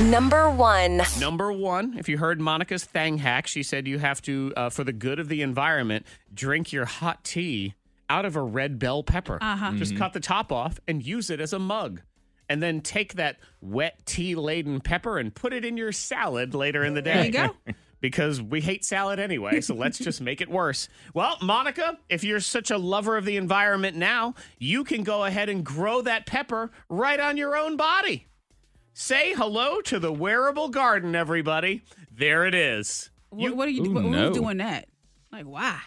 Number one.
Number one, if you heard Monica's thang hack, she said you have to, uh, for the good of the environment, drink your hot tea out of a red bell pepper. Uh-huh. Just cut the top off and use it as a mug. And then take that wet tea laden pepper and put it in your salad later in the day.
There you go.
because we hate salad anyway, so let's just make it worse. Well, Monica, if you're such a lover of the environment now, you can go ahead and grow that pepper right on your own body. Say hello to the wearable garden, everybody. There it is.
Wh- what are you?
Ooh,
wh- who's
no.
doing that? Like why?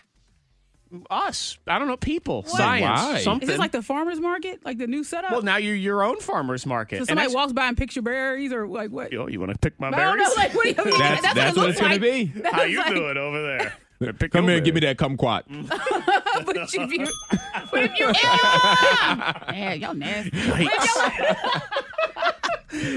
Us. I don't know. People. Science.
Why? Is this
Something.
Is this like the farmers market? Like the new setup?
well, now you're your own farmer's market.
so
And
somebody
that's-
walks by and picks your berries or like what?
Yo, you want to pick my
I don't
berries?
know. Like what? Do you, I mean,
That's, that's,
that's
what,
it
it's
looks
going
like.
to be.
How you doing over there? Pick
Come
your
here and give me
berries.
that kumquat.
but if you, what if you? yeah, y'all nasty.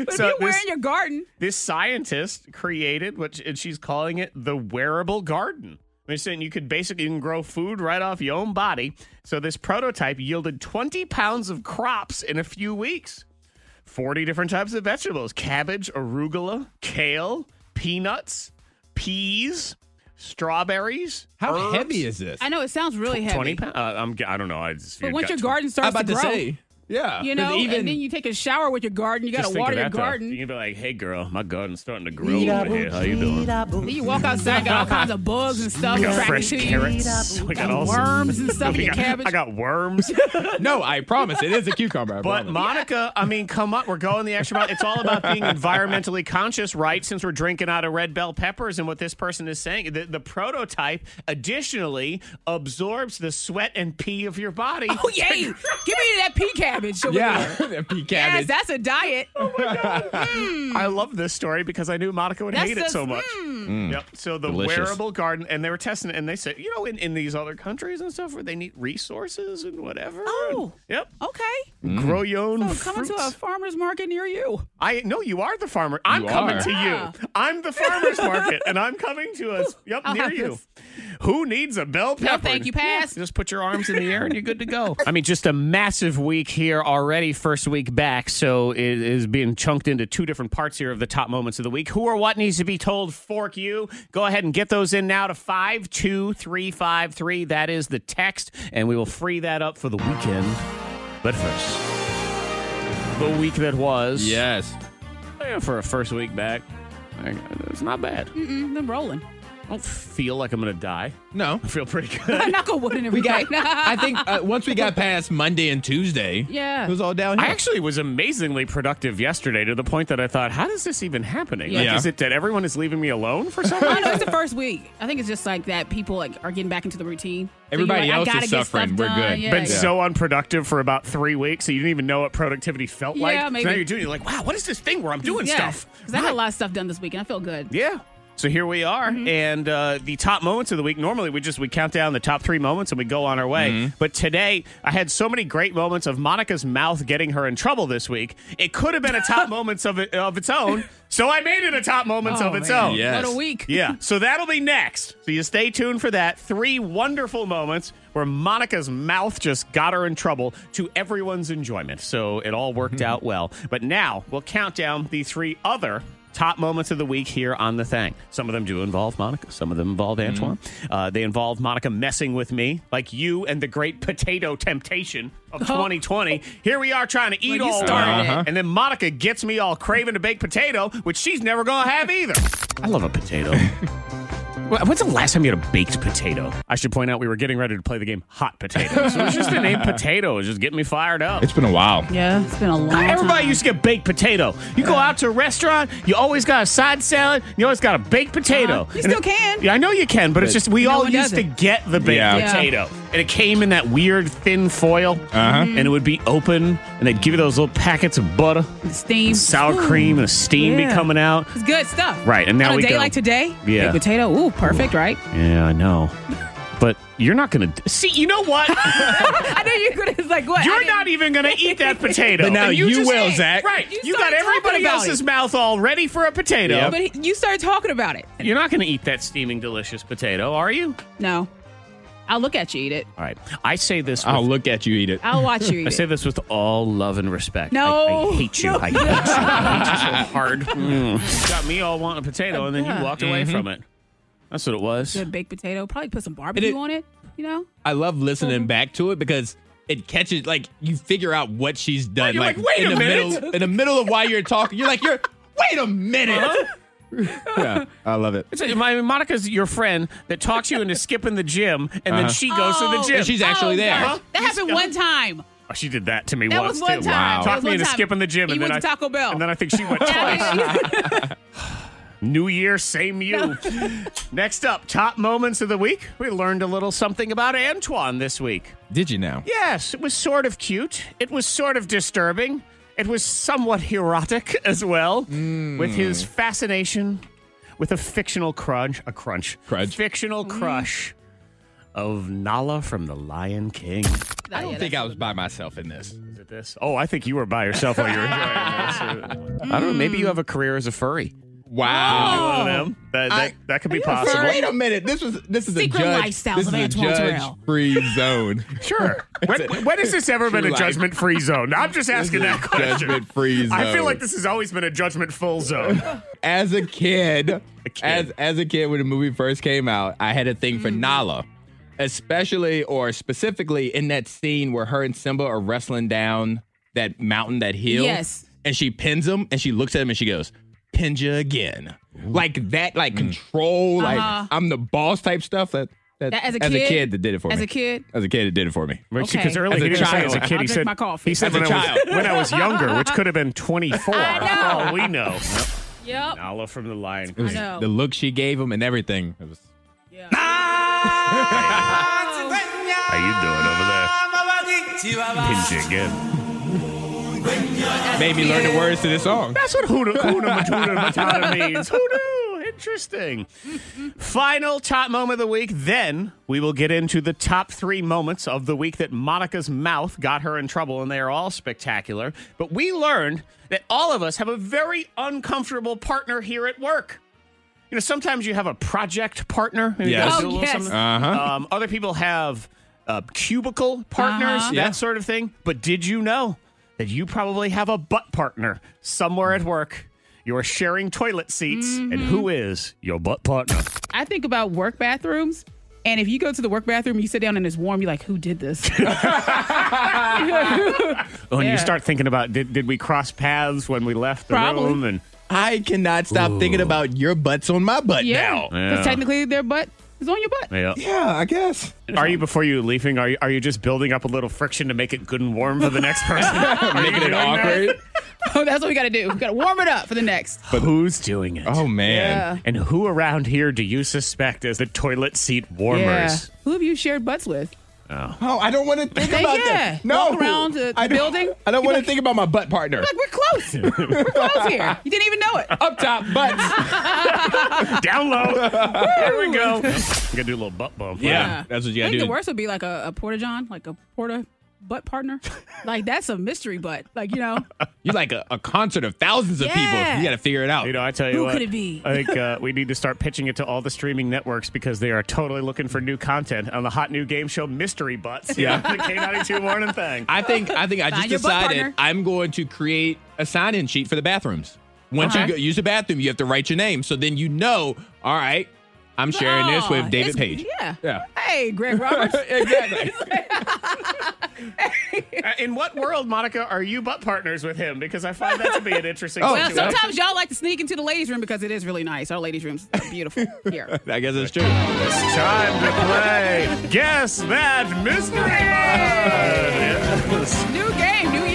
But
So
if you wear
this-
in your garden,
this scientist created what and she's calling it the wearable garden. They're saying you could basically you can grow food right off your own body. So this prototype yielded 20 pounds of crops in a few weeks. 40 different types of vegetables: cabbage, arugula, kale, peanuts, peas, strawberries.
How
herbs.
heavy is this?
I know it sounds really heavy.
20 pounds? Uh, I'm, I don't know. I just
But
you
once
got
your
20
garden
I'm
starts
about to
to grow,
say. Yeah.
you
'Cause
know,
even
and then you take a shower with your garden. You got to
Just think
water
of
your
that, though.
garden.
You can be like, "Hey, girl, my garden's starting to grow over here. How you doing?
Then you walk outside, got all kinds of bugs and stuff
We got
attracted
fresh
to you.
carrots. We got
Got
all
worms and stuff in
We
your
got-
cabbage.
I got worms.
no, I promise it is a cucumber. I
But
promise.
Monica, I mean, come on, we're going the extra mile. It's all about being environmentally conscious, right? Since we're drinking out of red bell peppers, and what this person is saying, the, the prototype additionally absorbs the sweat and pee of your body.
Oh yay! Give me that pea cabbage. over
yeah,
there.
the pea
Yes,
cabbage.
that's a diet.
I love this story because I knew Monica would
That's
hate it
just-
so much. Yep. So the
Delicious.
wearable garden, and they were testing it, and they said, you know, in, in these other countries and stuff where they need resources and whatever.
Oh.
and- yep.
Okay.
Grow your own.
So Oh, coming to a
fruits.
farmer's market near you.
I no, you are the farmer. I'm
You
coming
are.
to
Yeah.
you. I'm the farmer's market, and I'm coming to us. Yep,
I'll
near
have
you.
this.
Who needs a bell pepper?
thank you, pass.
Yeah, just put your arms in the air, and you're good to go. I mean, just a massive week here already. First week back, so it is being chunked into two different parts here of the top moments of the week. Who or what needs to be told? Fork you. Go ahead and get those in now to five two three five three. That is the text, and we will free that up for the weekend. But first, the week that was.
yes.
Yeah, for a first week back, like, it's not bad.
Mm-mm, I'm rolling.
I don't feel like I'm gonna die.
No.
I feel pretty good.
I knock on wood and everything.
I think uh, once we got past Monday and Tuesday,
Yeah.
it was all downhill.
I actually was amazingly productive yesterday to the point that I thought, how does this even happening? Like,
Yeah.
is it that everyone is leaving me alone for some
I
reason?
don't know it's the first week. I think it's just like that. People like are getting back into the routine. So you're
Everybody
like, I
else is
gotta get stuff
suffering. We're
done.
good.
Yeah,
Been
yeah.
so unproductive for about three weeks, so you didn't even know what productivity felt like.
Yeah,
So now
maybe.
you're doing, you're like, wow, what is this thing where I'm doing
yeah.
stuff?
'Cause I had a lot of stuff done this week and I feel good.
Yeah. So here we are,
Mm-hmm.
and uh, the top moments of the week. Normally, we just we count down the top three moments and we go on our way.
Mm-hmm.
But today, I had so many great moments of Monica's mouth getting her in trouble this week. It could have been a top moments of it, of its own, so I made it a top moments of
Oh,
its
man.
own.
Yes.
What a week.
Yeah. So that'll be next. So you stay tuned for that. Three wonderful moments where Monica's mouth just got her in trouble to everyone's enjoyment. So it all worked out well. But now we'll count down the three other top moments of the week here on the thing. Some of them do involve Monica. Some of them involve Antoine. Uh, they involve Monica messing with me, like you and the great potato temptation of 2020. Here we are trying to eat
you
all Uh-huh.
started
day,
it.
and then Monica gets me all craving a baked potato, which she's never gonna have either. I love a potato. Wh- When's the last time you had a baked potato? I should point out we were getting ready to play the game Hot Potato. So it's just the name potato is just getting me fired up.
it's been a while.
Yeah, it's been a long
Everybody
time.
used to get baked potato. You go out to a restaurant, you always got a side salad, you always got a baked potato.
Uh-huh. You
And
still
it-
can.
Yeah, I know you can, but, it's just we
No
all
one
used
does
to
it.
get the baked
Yeah.
Yeah.
potato. And it came in that weird thin foil, and
Mm-hmm.
it would be open, and they'd give you those little packets of butter,
steam,
sour cream, and the steam be
Yeah.
coming out.
It's good stuff.
Right, and now
on a
we
day
go-
like today.
Yeah.
baked potato. Ooh, perfect. Right.
Yeah, I know. But you're not going to see. You know what?
I know you're good. It's like what? I
You're
didn't-
not even going to eat that potato.
But now
And
you will, Zach.
Right. You,
You
got
started
everybody
talking about
else's
it.
mouth all ready for a potato.
Yep.
But he, you started talking about it.
You're not going to eat that steaming delicious potato, are you?
No, I'll look at you eat it.
All right. I say this. With,
I'll look at you eat it.
I'll watch you eat
Oh, I say
it.
this with all love and respect.
No.
I, I hate you.
No.
I hate you. I hate you so hard. Got me all wanting a Mm-hmm. potato, and then you walked away from it. That's what it was.
Good baked potato. Probably put some barbecue
It-
on it. You know?
I love listening back to it because it catches like you figure out what she's done.
you're like, wait
in
a
the
minute.
middle in the middle of while you're talking, you're like, you're wait a minute. yeah, I love it.
It's uh, my Monica's your friend that talks you into skipping the gym, and then
Uh-huh.
she goes to the
Oh.
gym.
And she's actually there.
gosh. That happened one time.
Oh, she did that to me
That
once
was one
too.
time.
Wow.
That
Talked
was
me
one
into
time.
skipping the gym,
He
and then
went
I
to Taco Bell.
and then I think she went twice. New year, same you. Next up, top moments of the week. We learned a little something about Antoine this week.
Did you now?
Yes, it was sort of cute. It was sort of disturbing. It was somewhat erotic as well, with his fascination with a fictional crunch, a crunch,
Crudge.
fictional
Mm-hmm.
crush of Nala from The Lion King.
I don't think I was by myself in this.
Is it this? Oh, I think you were by yourself while you were enjoying this. I don't know. Maybe you have a career as a furry. One
Wow.
of them. That, that,
Oh. I-
that could be
Sir,
possible.
Wait a minute. This was this is
Secret
a judge.
lifestyles
this
of
is
Antoine
a
Terrell.
judge-free zone.
Sure. When, when has this ever been
True
a
life.
judgment free zone? I'm just asking that question.
judgment-free
I feel
zone.
like this has always been a judgment full zone.
as a kid,
kid.
as as a kid when the movie first came out, I had a thing for
Mm-hmm.
Nala, especially or specifically in that scene where her and Simba are wrestling down that mountain, that hill.
Yes.
and she pins him, and she looks at him, and she goes, "Pinja again," like that, like control,
Uh-huh.
like I'm the boss type stuff. That, that,
That as a
as
kid-
a kid that did it for
as
me.
a kid?
as a kid it did it for me.
Which,
Okay.
because earlier
As
he
a
didn't say
child.
as a kid,
I'll
he
drink
said
my coffee.
he said
As
when
a
I was
child.
when I was younger, which could have been 24.
I
Oh, we know.
Yep.
Nala from the Lion
It was
King.
know.
The look she gave him and everything. It was
How you doing over there? Pinch again.
made me learn the words to this song.
That's what Huna Huna Matuna Matata means. Who knew? Interesting. Final top moment of the week. Then we will get into the top three moments of the week that Monica's mouth got her in trouble, and they are all spectacular. But we learned that all of us have a very uncomfortable partner here at work. You know, sometimes you have a project partner. and you
Yes.
guys do a
Oh,
little
yes.
something.
Uh huh.
Um, other people have uh, cubicle partners,
Uh-huh.
that
Yeah.
sort of thing. But did you know that you probably have a butt partner somewhere at work? You're sharing toilet seats,
Mm-hmm.
and who is your butt partner?
I think about work bathrooms. And if you go to the work bathroom, you sit down and it's warm, you're like, who did this?
Oh, and
Yeah.
you start thinking about did, did we cross paths when we left the
Probably.
room? And
I cannot stop thinking about your butts on my butt
yeah.
now.
Because technically their butt is on your butt.
yeah.
Yeah, I guess.
are you before you leafing? Are you are you just building up a little friction to make it good and warm for the next person? Are you
Making it
doing that?
awkward.
Oh, that's what we got to do. We got to warm it up for the next.
But who's doing it?
Oh man.
Yeah.
And who around here do you suspect as the toilet seat
Yeah.
warmers?
Who have you shared butts with?
Oh, I don't want to think
Hey,
about
yeah.
that. No.
Walk around the
I don't-
building.
I don't
You
want to
like-
think about my butt partner.
Like, we're close. we're close here. You didn't even know it.
Up top butts.
Down low. Here we go. We're gonna do a little butt bump.
yeah, that's what you
I
gotta
think
do.
the worst would be like a, a porta john, like a porta butt partner. like that's a mystery butt. Like you know,
You like a, a concert of thousands of people.
Yeah.
You gotta figure it out.
You know, I tell you
Who
what.
could it be?
I think uh, we need to start pitching it to all the streaming networks because they are totally looking for new content on the hot new game show Mystery Butts.
Yeah.
the K92 morning thing.
I think I think I just
Find your butt
decided
partner.
I'm going to create a sign-in sheet for the bathrooms. Once
Okay.
you go, use the bathroom, you have to write your name. So then you know, all right, I'm sharing this
Aw,
with David
it's-
Page.
Yeah.
Yeah.
Hey, Greg Roberts.
exactly.
Uh, In what world, Monica, are you butt partners with him? Because I find that to be an interesting
Oh,
Now,
situation.
sometimes y'all like to sneak into the ladies' room because it is really nice. Our ladies' rooms are beautiful here.
I guess that's true.
It's time to play Guess That Mystery Bud. Yes.
New game, new year.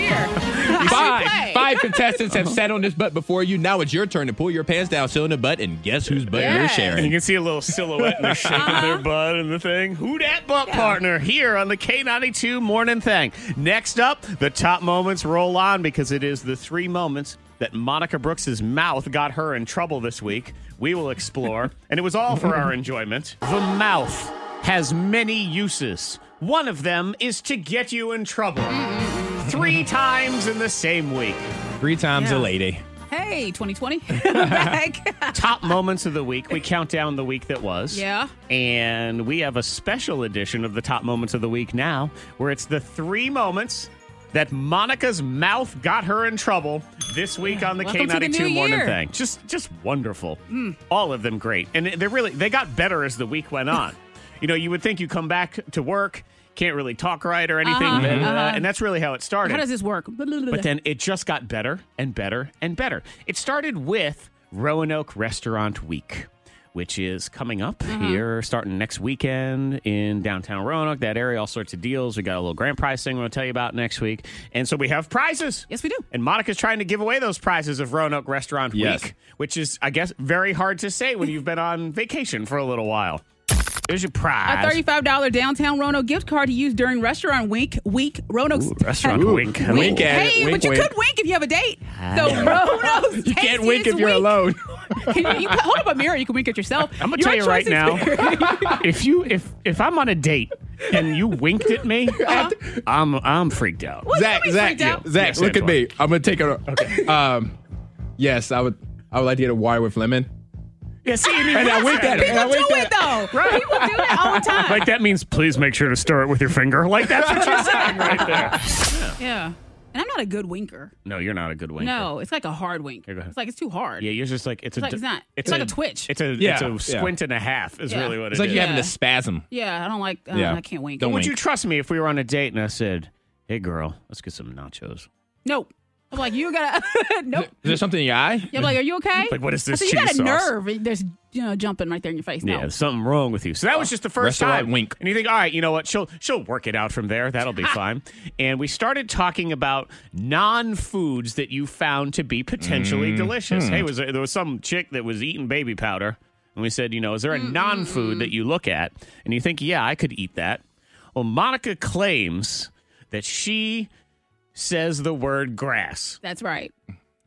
Five,
Play.
five contestants have sat on this butt before you. Now it's your turn to pull your pants down, sit on the butt, and guess whose butt you're
Yes.
And you
sharing.
can see a little silhouette and they're shaking their butt and the thing. Who dat butt partner here on the K92 morning thing. Next up, the top moments roll on because it is the three moments that Monica Brooks's mouth got her in trouble this week. We will explore, and it was all for our enjoyment. The mouth has many uses. One of them is to get you in trouble. Three times in the same week.
Three times a
Yeah.
lady.
Hey, 2020. Back.
top moments of the week. We count down the week that was.
Yeah.
And we have a special edition of the top moments of the week now, where it's the three moments that Monica's mouth got her in trouble this week on the
Welcome to the
K92
new
morning
year. Mm.
thing. Just just wonderful. All of them great. And they really they got better as the week went on. you know, you would think you come back to work, can't really talk right or anything,
Uh-huh,
and, uh,
uh-huh.
and that's really how it started.
How does this work?
But then it just got better and better and better. It started with Roanoke Restaurant Week, which is coming up
Mm-hmm.
here starting next weekend in downtown Roanoke, that area, all sorts of deals. We got a little grand prize thing we're going to tell you about next week. And so we have prizes.
Yes, we do.
And Monica's trying to give away those prizes of Roanoke Restaurant
Yes.
Week, which is, I guess, very hard to say when you've been on vacation for a little while. There's your
A
prize.
thirty-five dollar downtown Roanoke gift card to use during restaurant week week Roanoke's
Restaurant Wink.
Wink at it.
Hey,
Wink,
but you
wink.
could wink if you have a date. So Roanoke's
You can't wink if you're alone.
Can you, you can hold up a mirror. You can wink at yourself.
I'm gonna
Your
tell you right
choices-
now, if you if if I'm on a date and you winked at me,
Uh-huh.
I'm I'm freaked out.
Zach,
Somebody
Zach,
freaked out.
Zach,
Yes,
look at
Antoine.
me. I'm gonna take it. Okay. Um, yes, I would. I would like to get a water with lemon.
Yeah, see, and,
And I winked at him. And I
People do
winked
it
at him.
though.
Right.
People do it all the time.
Like that means please make sure to stir it with your finger. Like that's what you're saying right there.
yeah. And I'm not a good winker.
No, you're not a good winker.
No, it's like a hard wink.
go ahead.
It's like it's too hard.
Yeah, you're just like it's a
like
d-
it's not. It's like a twitch.
It's a
Yeah, yeah.
it's a squint and a half is
Yeah.
really what
It's
it
like
is.
you're having
Yeah.
a spasm.
Yeah, I don't like. Uh,
Yeah.
I can't wink.
Don't
Would
wink.
you trust me if we were on a date and I said, "Hey girl, let's get some nachos."
Nope. I'm like, you gotta. nope.
Is there something in your eye?
Yeah, I'm like, are you okay?
Like, what is
I
this
said, you
cheese
got a
sauce?
nerve. and There's you know, jumping right there in your face.
Yeah,
No.
there's something wrong with you. So that was just the first
Restaurant
time.
wink.
And you think, all right, you know what? She'll she'll work it out from there. That'll be fine. And we started talking about non foods that you found to be potentially delicious. Hey, was there, there was some chick that was eating baby powder, and we said, you know, is there a non food that you look at and you think, yeah, I could eat that? Well, Monica claims that she says the word grass.
That's right.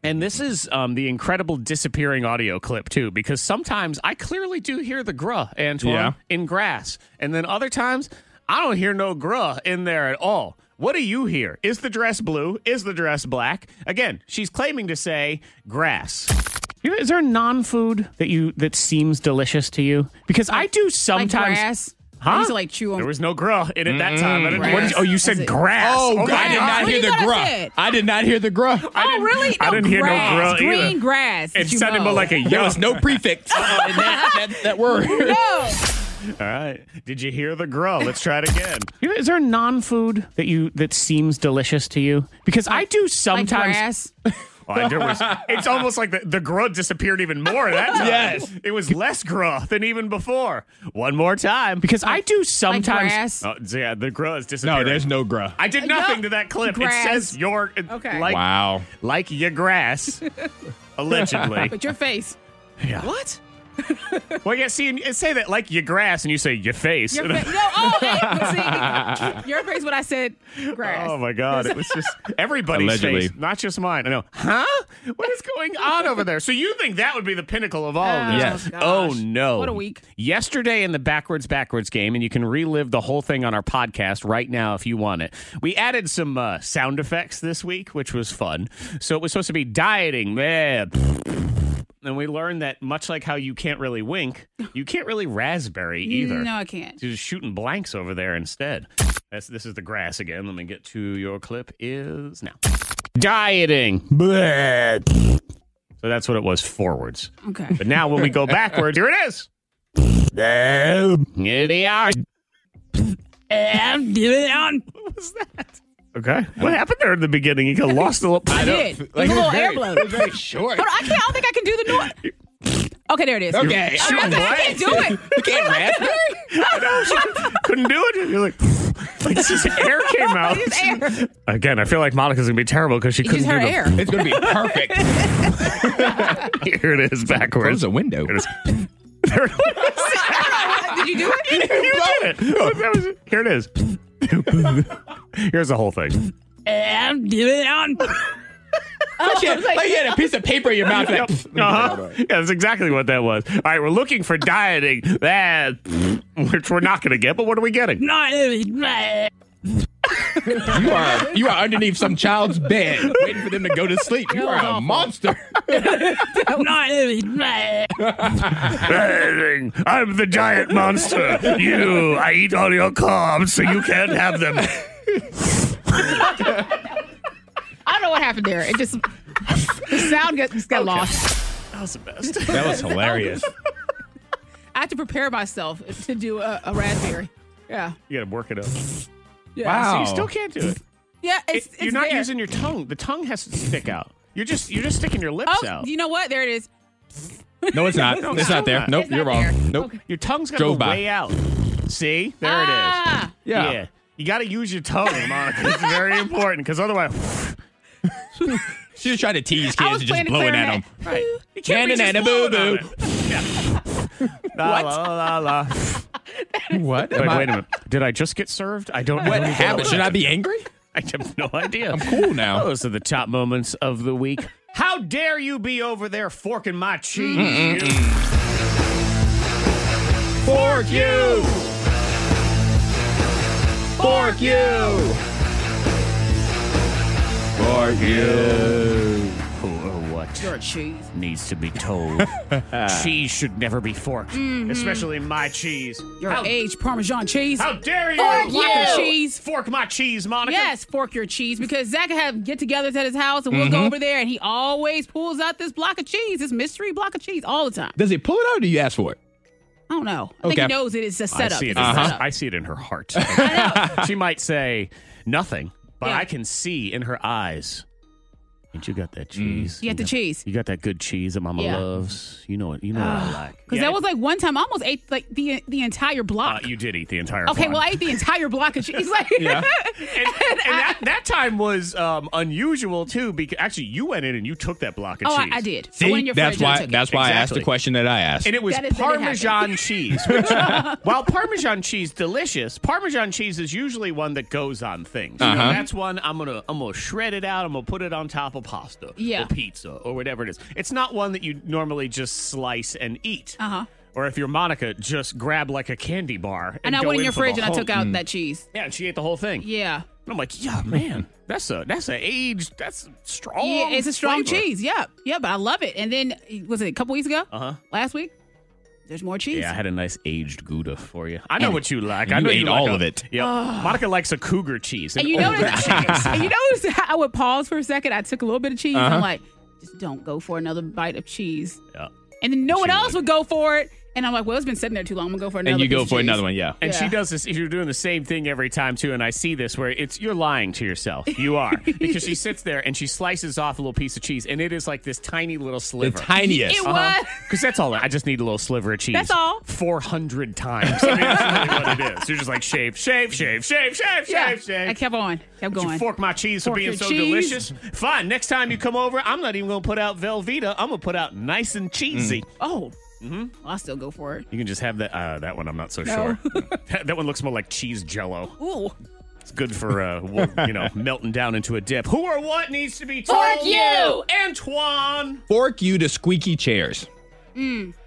And this is um, the incredible disappearing audio clip too, because sometimes I clearly do hear the gruh, Antoine,
Yeah.
in grass, and then other times I don't hear no gruh in there at all. What do you hear? Is the dress blue? Is the dress black? Again, she's claiming to say grass. You know, Is there a non-food that you that seems delicious to you? Because I do
Like
sometimes.
grass.
Huh?
I used to like chew on.
There was no gruh in it that time. I didn't- what did
Grass.
you- oh, you
That's
said
it.
grass.
Oh,
my
I did
God.
What
not
do
hear
you
the
thought I
gruh.
said?
I did not hear the gruh.
oh, really? No
I didn't hear no
grass.
gruh either.
Green grass.
It
that you
sounded
mow.
more like a
There
yellow.
was no prefix in that, that, that word.
No.
All right. Did you hear the grow? Oh, Let's try it again. Is there non-food that you that seems delicious to you? Because I do
Like
sometimes.
grass.
Well, Oh, I do- it's almost like the, the grub disappeared even more that time.
Yes.
It was less grub than even before. One more time. Because I do sometimes.
grass? Uh,
Oh, yeah, the grow is disappearing.
No, there's no gruh.
I did nothing to that clip.
Grass.
It says your
Okay.
like
Wow.
like your grass, allegedly.
But your face.
Yeah.
What?
Well, yeah. See, and say that like your grass, and you say your face.
Your
And
face. No. Oh, hey, see, your face. What I said. Grass.
Oh my God! It was just everybody's
Allegedly.
face, not just mine. I know. Huh? What is going on over there? So you think that would be the pinnacle of all of this?
Oh, Yes.
gosh.
Oh no!
What a week.
Yesterday in the backwards backwards game, and you can relive the whole thing on our podcast right now if you want it. We added some uh, sound effects this week, which was fun. So it was supposed to be dieting. meh, And we learned that much like how you can't really wink, you can't really raspberry either.
No, I can't.
She's shooting blanks over there instead. That's, this is the grass again. Let me get to your clip is now. Dieting. Bleh. So that's what it was forwards.
Okay.
But now when we go backwards, here it is. Here they are. What was that? Okay. What happened there in the beginning? You got lost a little.
I did. It was a little air blow. Hold on,
Very short.
I can't. I don't think I can do the noise. Okay, there it is.
Okay.
I, was like, I can't do it.
You can't raspberry?
Couldn't do it. You're like, like just air came out.
It's air.
Again, I feel like Monica's gonna be terrible because she
You just
couldn't
heard
do
air.
It's gonna be perfect.
the. Here it is backwards.
Close a window.
Here it is. There it was.
Did you do it?
You did it. Look, that was- Here it is. Here's the whole thing.
Like you had- like you had a piece of paper in your mouth. like,
Yep. Uh-huh. Yeah, that's exactly what that was. All right, we're looking for dieting that, which we're not going to get. But what are we getting? No,
You are you are underneath some child's bed, waiting for them to go to sleep. You are a monster.
dieting. I'm the giant monster. You, I eat all your carbs, so you can't have them.
I don't know what happened there. It just the sound got, just got lost.
That was the best.
That was hilarious.
I have to prepare myself to do a, a raspberry. Yeah.
You got to work it up.
yeah.
Wow.
So you still can't do it.
Yeah, Oh. it's,
It-
it's
you're not
there.
using your tongue. The tongue has to stick out. You're just you're just sticking your lips
Oh,
out.
you know what? There it is.
No, it's not.
No,
it's not there.
it's
Nope,
not
you're wrong.
there.
Nope.
Okay.
Your tongue's got to go
Drove by.
way out. See, there it is.
ah,
Yeah.
You got to use your tongue, Monica. It's very important because otherwise,
She was trying to tease
I
kids
was
and just
playing the
blowing at them.
clarinet.
right? You
Na-
be
na-
just
na-
blowing on
boo-
it. Yeah. La, la, la, la.
What?
Wait,
Am I-
wait a minute. Did I just get served? I don't.
What
know.
happened? Should I be angry?
I have no idea. I'm
cool now.
Those are the top moments of the week. How dare you be over there forking my cheese? you-
Mm-hmm. Fork you! Fork you! Fork you!
Who or what
Your cheese.
needs to be told? cheese should never be forked,
Mm-hmm.
especially my cheese.
Your
how,
aged Parmesan cheese.
how dare you?
Fork
Fork
you!
my
cheese.
Fork my cheese, Monica.
Yes, fork your cheese because Zach have get-togethers at his house, and we'll go
Mm-hmm.
over there, and he always pulls out this block of cheese, this mystery block of cheese, all the time.
Does he pull it out or do you ask for it?
I don't know. I think
Okay.
he knows it is a
I
setup.
see, it
It's a
in her-
setup.
I see it in her heart. she might say nothing, but
Yeah.
I can see in her eyes. And you got that cheese.
Mm. You got the
know-
cheese.
You got that good cheese that Mama
Yeah.
loves. You know it. You know what I like.
Because that was like one time I almost ate like the the entire
Uh,
block.
you did eat the entire.
okay,
farm.
well I ate the entire block of cheese. Like,
and, and that, that time was um, unusual too. Because actually, you went in and you took that block of
oh, I,
cheese.
I did. I went in
See,
your
that's
fridge and I
why.
took it.
That's why I asked the
Exactly.
question that I asked.
And it was
That is- that did
Parmesan cheese. Which, while Parmesan cheese delicious, Parmesan cheese is usually one that goes on things. You know,
Uh-huh.
that's one I'm gonna I'm gonna shred it out. I'm gonna put it on top of pasta
Yeah.
or pizza or whatever it is. It's not one that you normally just slice and eat.
Uh-huh.
Or if you're Monica, just grab like a candy bar. And,
and I
go
went in
in
your
for the
fridge and I
whole- Mm.
took out that cheese.
Yeah, and she ate the whole thing.
Yeah.
And I'm like, yeah, man, that's a that's a age that's strong.
yeah, it's a strong
flavor.
cheese. Yeah, yeah, but I love it. And then was it a couple weeks ago? Uh
Uh-huh.
Last week, there's more cheese.
Yeah, I had a nice aged Gouda for you. I know what you like. I
you
know
ate
you like
all
a-
of it.
Yeah, Monica likes a cougar cheese. an
and you
older
notice,
cheese.
and you notice, how I would pause for a second. I took a little bit of cheese.
Uh-huh.
I'm like, just don't go for another bite of cheese.
Yeah.
And then no one
She
else would go for it. And I'm like, well, it's been sitting there too long. I'm gonna go for another.
And you go
piece of
for
cheese.
another one, yeah.
And she
Yeah.
does this. You're doing the same thing every time too. And I see this where it's you're lying to yourself. You are because she sits there and she slices off a little piece of cheese, and it is like this tiny little
The
sliver.
tiniest.
It was.
Because that's all. I just need a little sliver of cheese.
That's all.
Four hundred times. I mean, that's really what it is. You're just like shave, shave, shave, shave, shave,
Yeah.
shave, shave.
I kept on, kept
Did
going.
You fork my cheese
Fork
for being
your
so
cheese.
delicious. Fine. Next time you come over, I'm not even going to put out Velveeta. I'm going to put out nice and cheesy.
Oh, mm-hmm. well, I still go for it.
You can just have that. Uh, that one, I'm not so
No.
sure. that, that one looks more like cheese jello.
Ooh,
It's good for, uh, well, you know, melting down into a dip. Who or what needs to be told?
you!
Antoine!
fork you to squeaky chairs.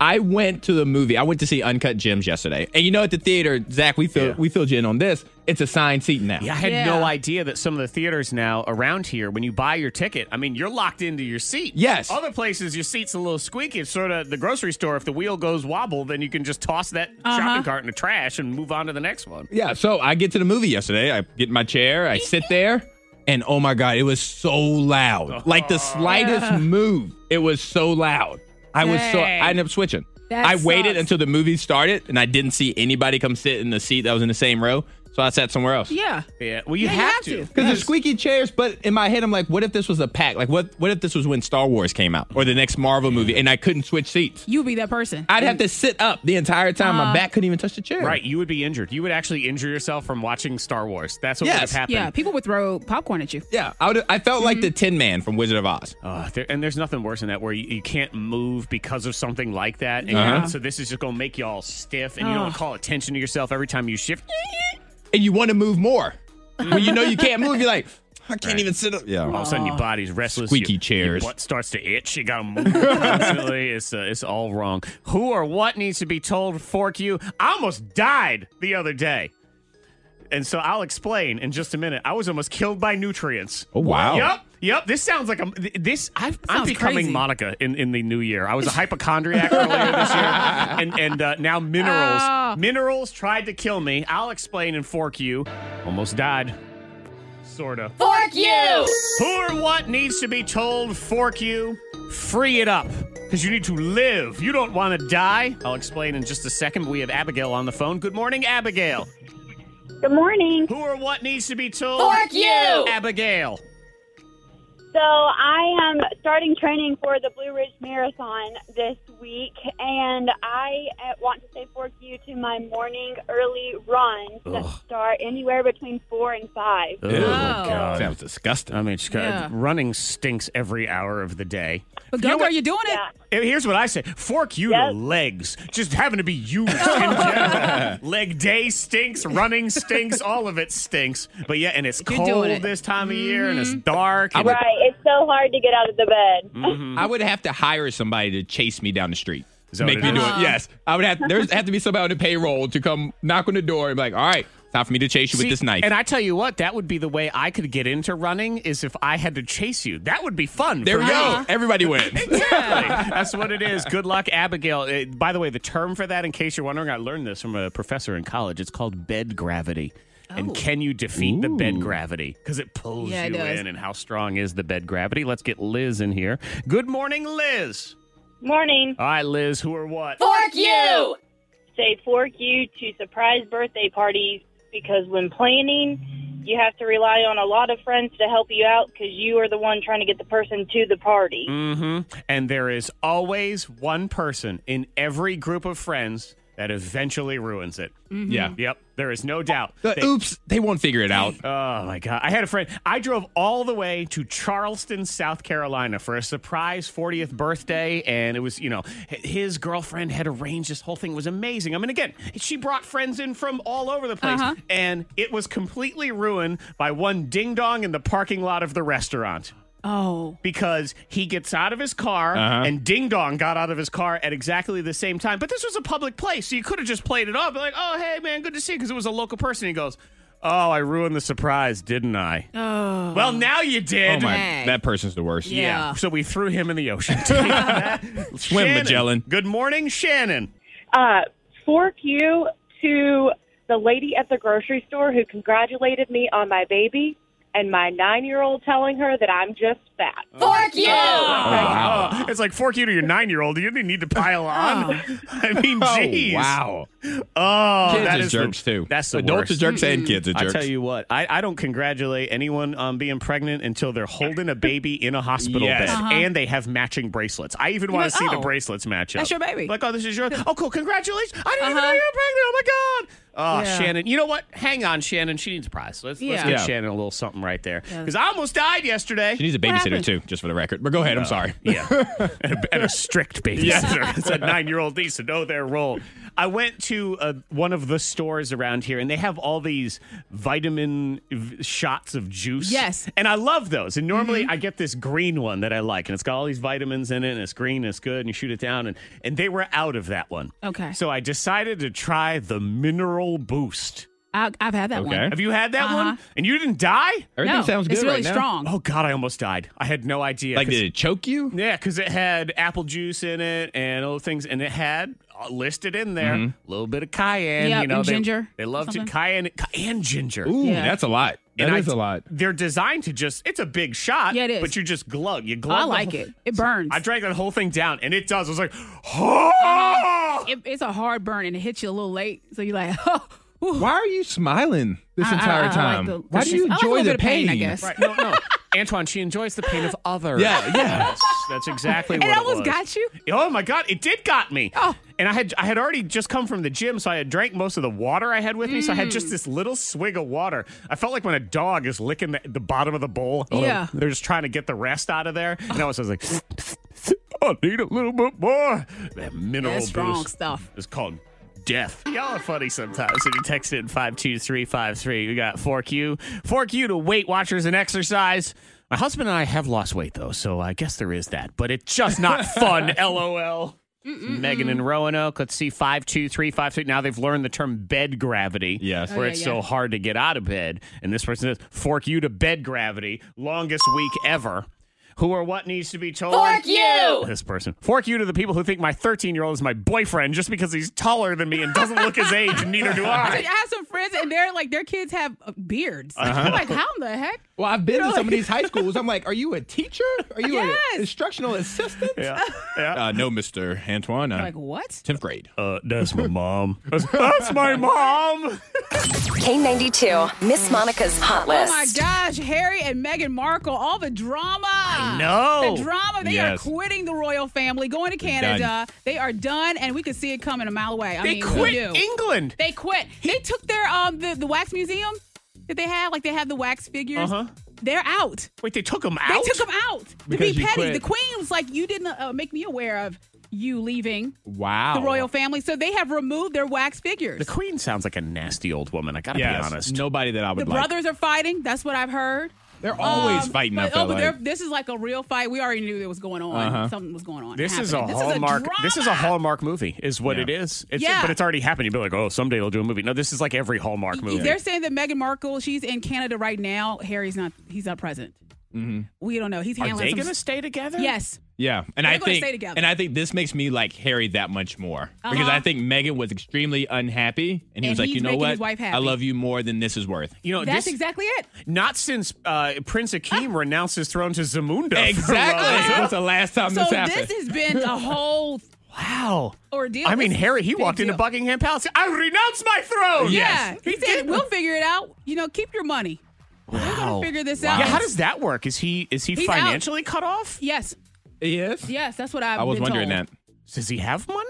I went to the movie. I went to see Uncut Gems yesterday, and you know at the theater, Zach, we feel
Yeah.
we feel in on this. It's assigned seat now.
Yeah, I had
Yeah.
no idea that some of the theaters now around here, when you buy your ticket, I mean, you're locked into your seat.
Yes.
Other places, your seat's a little squeaky. It's sort of the grocery store. If the wheel goes wobble, then you can just toss that
Uh-huh.
shopping cart in the trash and move on to the next one.
Yeah, so I get to the movie yesterday. I get in my chair, I sit there, and oh my God, it was so loud. Like the slightest move, it was so loud. I was so,
Dang.
I ended up switching.
That
I waited
sucks.
until the movie started, and I didn't see anybody come sit in the seat that was in the same row. So I sat somewhere else.
yeah.
Yeah. Well, you,
Yeah, you
have,
have
to.
to.
Because there's squeaky chairs, but in my head, I'm like, what if this was a pack? Like, what, what if this was when Star Wars came out or the next Marvel movie and I couldn't switch seats?
You be that person.
I'd have to sit up the entire time. my back couldn't even touch the chair.
Uh-huh. Right. You would be injured. You would actually injure yourself from watching Star Wars. That's what would have
Yes.
happened.
yeah, people would throw popcorn at you.
Yeah. I, would, I felt like
Mm-hmm.
the Tin Man from Wizard of Oz.
Uh, there, and there's nothing worse than that where you, you can't move because of something like that. And
Uh-huh.
so this is just going to make you all stiff and you don't call attention to yourself every time you shift.
and you want to move more. When you know you can't move, you're like, I can't even sit up. Oh, Yeah.
All of a sudden, your body's restless.
Squeaky
your,
chairs.
Your butt starts to itch. You got to move constantly. It's, uh, it's all wrong. Who or what needs to be told, fork you? I almost died the other day. And so I'll explain in just a minute. I was almost killed by nutrients.
Oh, wow.
Yep. Yep. This sounds like a th- this. I've, I'm
Sounds
becoming
crazy.
Monica in, in the new year. I was a hypochondriac earlier this year, and and uh, now minerals
Oh.
minerals tried to kill me. I'll explain in fork you. Almost died. Sorta. Who or what needs to be told, fork you, free it up. Because you need to live. You don't want to die. I'll explain in just a second. but We have Abigail on the phone. Good morning, Abigail.
Good morning.
Who or what needs to be told?
Fork you!
Abigail.
So I am starting training for the Blue Ridge Marathon this week, and I uh, want to say fork you to my morning early runs that start anywhere between four and five.
Oh,
Ew.
God.
Sounds disgusting.
I mean, it's kind of-
Yeah.
running stinks every hour of the day.
But girl, girl, you're doing it.
Yeah.
And Here's what I say: fork you
Yes.
to legs. Just having to be used in general. Leg day stinks. Running stinks. all of it stinks. But yeah, and it's
You're doing
cold
it. Mm-hmm.
this time of year, and it's dark. and-
Right. It's so hard to get out of the bed.
I would have to hire somebody to chase me down the street.
Um, Is
To
that
make
what
me
it
do
is? Uh-huh.
it. Yes. I would have there's have to be somebody on the payroll to come knock on the door and be like, all right, time for me to chase you
See,
with this knife.
And I tell you what, that would be the way I could get into running is if I had to chase you. That would be fun.
there
for
we go.
me.
Everybody wins.
Exactly. That's what it is. Good luck, Abigail. Uh, by the way, the term for that, in case you're wondering, I learned this from a professor in college. It's called bed gravity. And can you defeat the bed gravity? Because it pulls
Oh. Yeah, it
you
does.
in. And how strong is the bed gravity? Let's get Liz in here. Good morning, Liz.
Morning.
All right, Liz, who or what?
Fork you!
Say fork you to surprise birthday parties because when planning, you have to rely on a lot of friends to help you out because you are the one trying to get the person to the party.
hmm And there is always one person in every group of friends that eventually ruins it.
Mm-hmm.
Yeah.
Yep, there is no doubt.
The-
They-
oops, they won't figure it out.
Oh my God. I had a friend. I drove all the way to Charleston, South Carolina for a surprise 40th birthday. And it was, you know, h- his girlfriend had arranged this whole thing. It was amazing. I mean, again, she brought friends in from all over the place.
Uh-huh.
And it was completely ruined by one ding dong in the parking lot of the restaurant
Oh.
because he gets out of his car
Uh-huh.
and Ding Dong got out of his car at exactly the same time. But this was a public place, so you could have just played it off, like, "Oh, hey, man, good to see you," because it was a local person. He goes, "Oh, I ruined the surprise, didn't I?"
Oh.
Well, now you did.
Oh my
Dang.
that person's the worst.
Yeah.
So we threw him in the ocean. Take that. Shannon.
Magellan.
Good morning, Shannon.
uh, fork you to the lady at the grocery store who congratulated me on my baby and my nine year old telling her that I'm just fat.
Fork you!
Oh, it's like fork you to your nine-year-old. You didn't need to
Oh.
pile on. I mean, jeez.
Oh, wow.
Oh,
Kids
that
are
is
jerks
the,
too.
That's the worst.
Adults are jerks and kids are jerks.
I tell you what, I, I don't congratulate anyone on being pregnant until they're holding a baby in a hospital
Yes.
bed and they have matching bracelets. I even want
Uh-huh. like,
to see the
oh,
bracelets match up.
that's your baby.
Like, oh, this is yours. Oh, cool. Congratulations. I didn't even know
Uh-huh.
you were pregnant. Oh, my God. Oh,
Yeah.
Shannon. You know what? Hang on, Shannon. She needs a prize. Let's, let's
Yeah.
get
Yeah.
Shannon a little something right there.
Yeah.
Because I almost died yesterday.
she needs a babysitter too, just for the record. But go ahead, I'm sorry.
Yeah, and, a, and a strict babysitter. it's a nine-year-old needs to know their role. I went to uh, one of the stores around here, and they have all these vitamin v- shots of juice.
Yes. Mm-hmm.
and I love those. And normally I get this green one that I like, and it's got all these vitamins in it, and it's green, and it's good, and you shoot it down, and and they were out of that one.
Okay.
so I decided to try the mineral boost.
I, I've had that
Okay.
one.
Have you had that
Uh-huh.
one? And you didn't die?
Everything
no,
sounds good
It's really
right now.
strong.
Oh God, I almost died. I had no idea.
Like
'cause-
did it choke you?
yeah, because it had apple juice in it and other things, and it had uh, listed in there a
Mm-hmm.
little bit of cayenne.
Yeah,
you know,
and
they,
ginger
They
or
love to
something.
cayenne and ginger.
Ooh,
Yeah.
that's a lot. That
And I-
is a lot.
They're designed to just—it's a big shot.
Yeah, it is.
But you just glug. You glug.
I
oh,
the
like
whole-
it. It burns.
I drank that whole thing down, and it does. I was like,
Uh-huh.
oh!
It- it's a hard burn and it hits you a little late. So you're like, oh, whew.
Why are you smiling this
I- I-
entire
I like
time?
the-
Why do you
I like a
enjoy
little
the
bit of pain, I guess.
Right? No, no. Antoine, she enjoys the pain of others.
Yeah, yeah.
That's, that's exactly
it
what it
almost
was.
got you.
Oh my god, it did got me.
Oh.
And I had I had already just come from the gym, so I had drank most of the water I had with me, so I had
Mm.
just this little swig of water. I felt like when a dog is licking the, the bottom of the bowl.
Yeah.
They're just trying to get the rest out of there. And I was, I was like, I need a little bit more. That mineral
That's strong
boost
stuff.
is called death. Y'all are funny sometimes. If you text in 52353, we got 4Q. 4Q to Weight Watchers and exercise. My husband and I have lost weight, though, so I guess there is that. But it's just not fun, LOL. Megan and Roanoke. Let's see, 52353. Now they've learned the term bed gravity.
Yes. Oh,
Where
yeah,
it's so
yeah.
hard to get out of bed. And this person says, fork you to bed gravity. Longest week ever. who or what needs to be told.
Fork you!
This person. Fork you to the people who think my 13 year old is my boyfriend just because he's taller than me and doesn't look his age, and neither do
I
I.
have some friends, and they're like, their kids have uh, beards.
Uh-huh.
I'm like, how in the heck?
Well, I've been to some of these high schools. I'm like, are you a teacher? Are you
Yes.
an instructional assistant?
Yeah. yeah.
Uh, no, Mr. Antoine.
Like, what?
10th grade.
Uh, that's my mom. That's, that's my mom.
K92, Miss Monica's Hot
Oh
List.
my gosh, Harry and Meghan Markle, all the drama.
know.
The drama. They
Yes.
are quitting the royal family, going to Canada.
done.
They are done, and we could see it coming a mile away. I
They
mean,
quit
who knew?
England.
They quit. They took their um the, the wax museum that they have, like they have the wax figures.
Uh-huh.
They're out.
Wait, they took him
They
out?
took them out to
Because
be
you
petty.
quit.
The queen was like, "You didn't uh, make me aware of you leaving
Wow.
the royal family," so they have removed their wax figures.
Oh, The queen sounds like a nasty old woman. I gotta
Yes.
be honest.
Nobody that I
The
would like.
brothers are fighting. That's what I've heard.
They're always
Um,
fighting.
but-
I
oh,
feel
but
like.
they're- this is like a real fight. We already knew that was going on. Something was going on.
Uh-huh. This is a
happening. This
hallmark. this is a
drama.
hallmark movie, is what
Yeah.
it is. It's,
Yeah.
but it's already happened. You'd be like, oh, someday they'll do a movie. No, this is like every hallmark movie.
They're saying that Meghan Markle, she's in Canada right now. Harry's not. He's not present. We don't know. He's
Mm-hmm. Are
handling
they
some.
gonna stay together?
yes.
Yeah, and
They're
I
gonna
think
stay together.
and I think this makes me like Harry that much more because
Uh-huh.
I think Megan was extremely unhappy, and he
And
was like,
he's
you know
making
what,
his wife happy."
I love you more than this is worth.
You know,
That's Ah.
this,
exactly it.
not since uh, Prince Akeem renounced his throne to Zamunda. for
Exactly.
love.
That's the last time
So
this happened.
this has been a whole
Wow.
ordeal.
I mean,
This is
Harry, he
big
walked into
deal.
Buckingham Palace. I renounce my throne.
Yeah.
He,
He said,
did.
"We'll figure it out. You know, keep your money. We're gonna figure this out."
yeah. How does that work? Is he is he
He's out.
financially cut off?
Yes.
yes,
Yes. That's what I've
I was
been
wondering
told.
that.
Does he have money?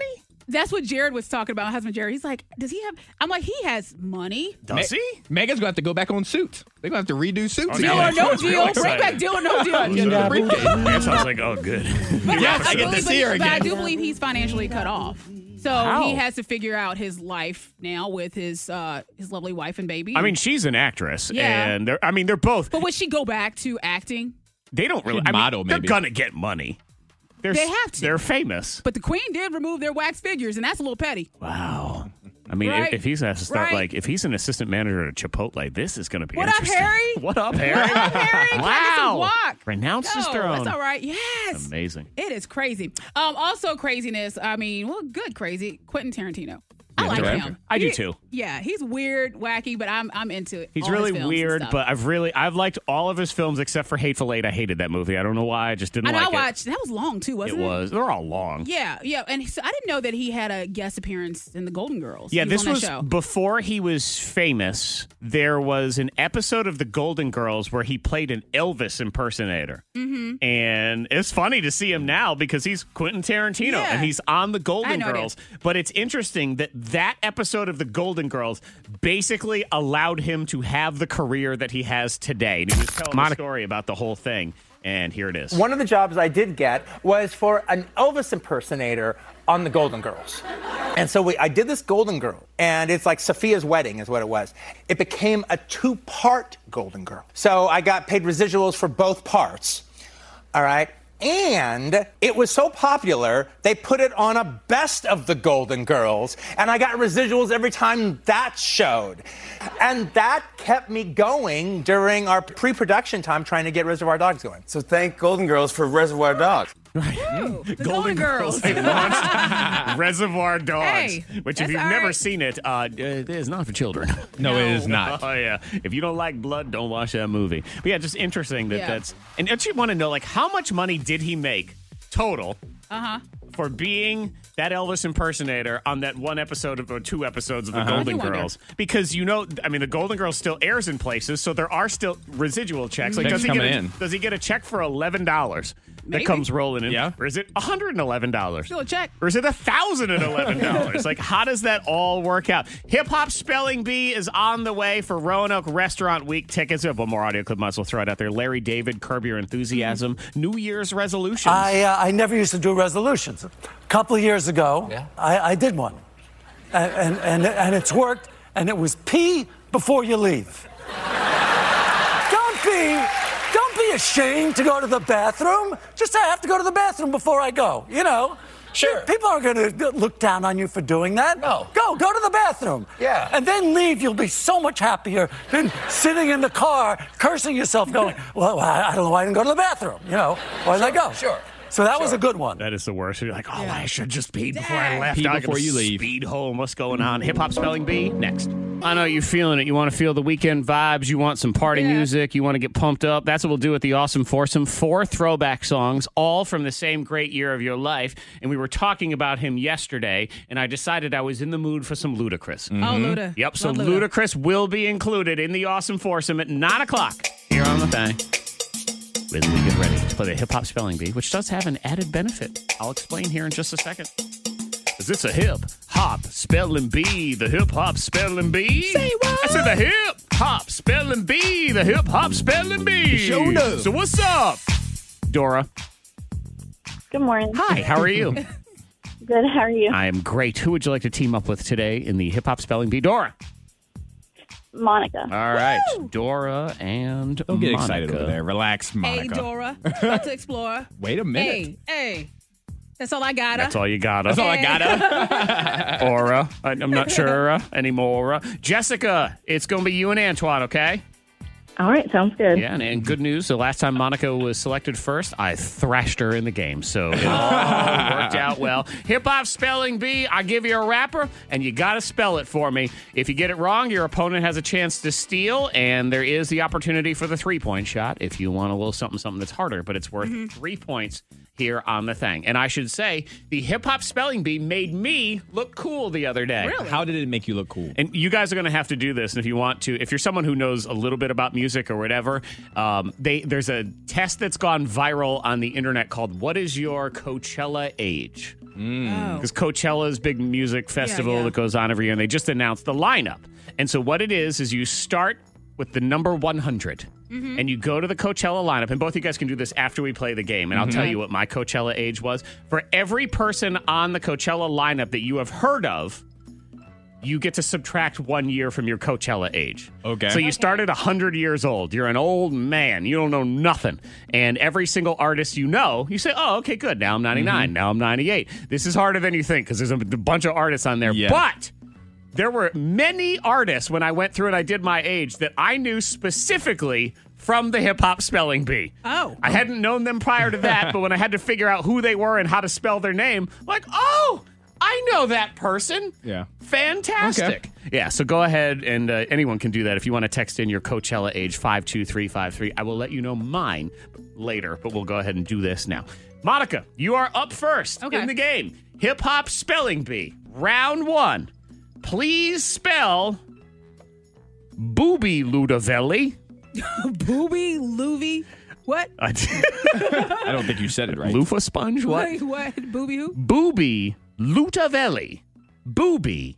That's what Jared was talking about. My husband Jared. He's like, does he have? I'm like, he has money.
Does he?
Megan's gonna have to go back on suits. They're gonna have to redo suits.
yeah.
again.
Deal or no
That's real
deal. Bring
exciting.
back deal or no deal.
Get the briefcase.
That sounds like oh good.
But
Yes, I get to
believe-
see her
but- But I
again.
do believe he's financially cut off. So
How?
he has to figure out his life now with his uh, his lovely wife and baby.
I mean, she's an actress,
Yeah.
and they're, I mean, they're both.
but would she go back to acting?
They don't really.
Good
I mean,
motto,
they're
maybe.
gonna get money. They're,
They have to.
They're famous.
But the queen did remove their wax figures, and that's a little petty.
Wow. I mean,
Right.
if, if he's has to start
Right.
like if he's an assistant manager at Chipotle, this is gonna be
What up,
interesting.
Harry?
What up, Harry?
What up, Harry? Can I get some
Wow.
guac?
Renounce his
No,
throne.
That's all right. Yes.
Amazing.
It is crazy. Um, also craziness. I mean, well, good crazy. Quentin Tarantino. I
Yeah,
like
director.
him.
I do
He-
too.
Yeah, he's weird, wacky, but I'm I'm into it.
He's
all his
really
films and
weird,
stuff.
but I've really I've liked all of his films except for Hateful Eight. I hated that movie. I don't know why. I just didn't
I know
like
I watched that was long too,
it. It
wasn't it?
was. They're all long.
Yeah, yeah, and so I didn't know that he had a guest appearance in the Golden Girls.
Yeah,
He
this
on that
was
show.
before he was famous. There was an episode of The Golden Girls where he played an Elvis impersonator. Mm-hmm. And it's funny to see him now because he's Quentin Tarantino
Yeah.
and he's on The Golden
no idea.
Girls. But it's interesting that that episode of The Golden Girls basically allowed him to have the career that he has today. And he was telling a story about the whole thing. And here it is.
One of the jobs I did get was for an Elvis impersonator on the Golden Girls. And so we, I did this Golden Girl, and it's like Sophia's wedding is what it was. It became a two part Golden Girl. So I got paid residuals for both parts. All right. And it was so popular, they put it on a best of the Golden Girls, and I got residuals every time that showed. And that kept me going during our pre production time trying to get Reservoir Dogs going.
So thank Golden Girls for Reservoir Dogs.
Ooh, the Golden, Girls.
They launched Reservoir Dogs,
Hey,
which if
that's
you've
all
never
right.
seen it, uh, it is not for children.
No, it is not.
Oh yeah. If you don't like blood, don't watch that movie. But yeah, just interesting that
Yeah.
that's. And don't you want to know like how much money did he make total? Uh
Uh-huh.
huh. For being that Elvis impersonator on that one episode of or two episodes of the
Uh-huh.
Golden
I do wonder.
Girls, because you know, I mean, the Golden Girls still airs in places, so there are still residual checks. Like,
Checks
does he get
coming
a,
in.
does he get a check for eleven dollars that
Maybe.
comes rolling in,
Yeah.
or is it one hundred and eleven dollars?
Still a check.
Or is it $1,011? like, how does that all work out? Hip Hop Spelling Bee is on the way for Roanoke Restaurant Week tickets. We have one more audio clip, might as well throw it out there. Larry David, Curb Your Enthusiasm, New Year's Resolutions.
I, uh, I never used to do resolutions. A couple of years ago, I, I did one. And, and, and, and it's worked, and it was pee before you leave. don't be, don't be ashamed to go to the bathroom. Just I have to go to the bathroom before I go, you know. Sure. People aren't going to look down on you for doing that. No. Go, go to the bathroom.
Yeah.
And then leave. You'll be so much happier than sitting in the car cursing yourself, going, "Well, I, I don't know why I didn't go to the bathroom. You know, why did I
Sure,
go?"
sure,
So that was a good one.
That is the worst. You're like, oh, I should just pee before I left.
Pee
I
before
gotta
you leave.
Speed home. What's going on? Hip hop spelling bee next. I know you're feeling it. You want to feel the weekend vibes. You want some party music. You want to get pumped up. That's what we'll do at the Awesome Foursome. Four throwback songs, all from the same great year of your life. And we were talking about him yesterday, and I decided I was in the mood for some ludicrous.
Luda.
Mm-hmm. Yep, so
Love Luda.
Ludacris will be included in the Awesome Foursome at 9 o'clock here on The Thing. When we get ready to play the Hip Hop Spelling Bee, which does have an added benefit. I'll explain here in just a second. Is this a hip hop spelling bee? The hip hop spelling bee? Say what? I said the hip hop spelling bee. The hip hop spelling bee.
Show up.
So what's up, Dora?
Good morning.
Hi, how are you?
Good. How are you,
I am great. Who would you like to team up with today in the Hip Hop Spelling Bee? Dora.
Monica?
All right, Dora and
Don't get
Monica.
excited over there. Relax,
Hey,
Monica.
Dora. About to explore.
Wait a minute.
Hey, hey. That's all I got.
That's all you got.
That's all I gotta.
Aura. I- I'm not sure uh, anymore. Jessica, it's going to be you and Antoine, okay?
All right. Sounds good.
Yeah, and, and good news. The last time Monica was selected first, I thrashed her in the game. So it all worked out well. Hip hop spelling bee, I give you a rapper, and you got to spell it for me. If you get it wrong, your opponent has a chance to steal, and there is the opportunity for the three point shot if you want a little something, something that's harder, but it's worth three points here on the thing. And I should say, the hip hop spelling bee made me look cool the other day.
How did it make you look cool?
And you guys are going to have to do this. And if you want to, if you're someone who knows a little bit about music or whatever, um, they there's a test that's gone viral on the internet called "What is your Coachella age?"
Oh.
Because Coachella's big music festival
yeah.
that goes on every year, and they just announced the lineup. And so what it is is you start with the number 100.
Mm-hmm.
And you go to the Coachella lineup, and both of you guys can do this after we play the game. And
Mm-hmm.
I'll tell you what my Coachella age was. For every person on the Coachella lineup that you have heard of, you get to subtract one year from your Coachella age.
Okay.
So you start at 100 years old. You're an old man. You don't know nothing. And every single artist you know, you say, oh, okay, good. Now I'm 99.
Mm-hmm.
Now I'm 98. This is harder than you think because there's a b- bunch of artists on there.
Yeah.
But there were many artists when I went through and I did my age that I knew specifically from the hip hop spelling bee.
Oh.
I hadn't known them prior to that, but when I had to figure out who they were and how to spell their name, like, oh, I know that person.
Yeah.
Fantastic. Yeah, so go ahead and uh, anyone can do that. If you want to text in your Coachella age 52353, I will let you know mine later, but we'll go ahead and do this now. Monica, you are up first
Okay.
in the game. Hip hop spelling bee, round one. Please spell Booby Ludovelli.
Booby, Louvy. What?
I don't think you said it right.
Loofah sponge? What?
Wait, what? Booby who?
Booby Lutavelli. Booby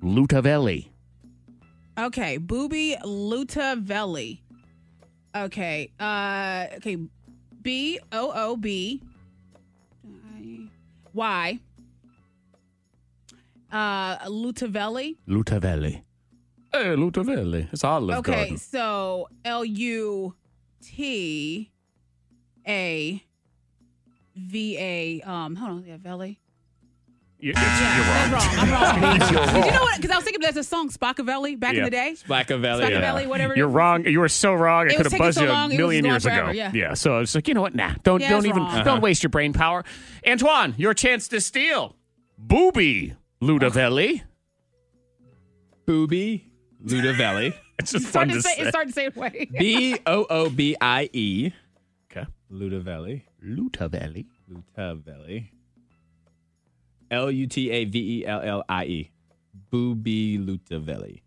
Lutavelli.
Okay, Booby Lutavelli. Okay, uh, okay, B O O B Y. Uh, Lutavelli.
Lutavelli. Hey, Lutavelli. It's Olive
Okay, so L U T A V A. Um, hold on, yeah, Velli.
You,
Yeah,
are wrong.
I'm wrong. I'm wrong.
You're
Did you
wrong.
know what? Because I was thinking there's a song Spacavelli back in
Yeah.
the day.
Blacavelli.
Spacavelli, whatever. it
You're
is.
wrong. You were so wrong. I
It
could
was
have
taking
buzzed
so
you a
long. It was
million
going
years
forever,
ago.
yeah.
So I was like, you know what? Nah. Don't
Yeah,
don't
it's
even
wrong.
don't waste your brain power. Antoine, your chance to steal. Booby Ludavelli.
Booby Ludavelli.
It's just fun
Starting
to
to say,
say.
it's starting to say it way.
B E O O B I E.
Okay.
Ludavelli.
Lutavelli.
Lutavelli. L U T A V E L L I E. Booby Lutavelli. Was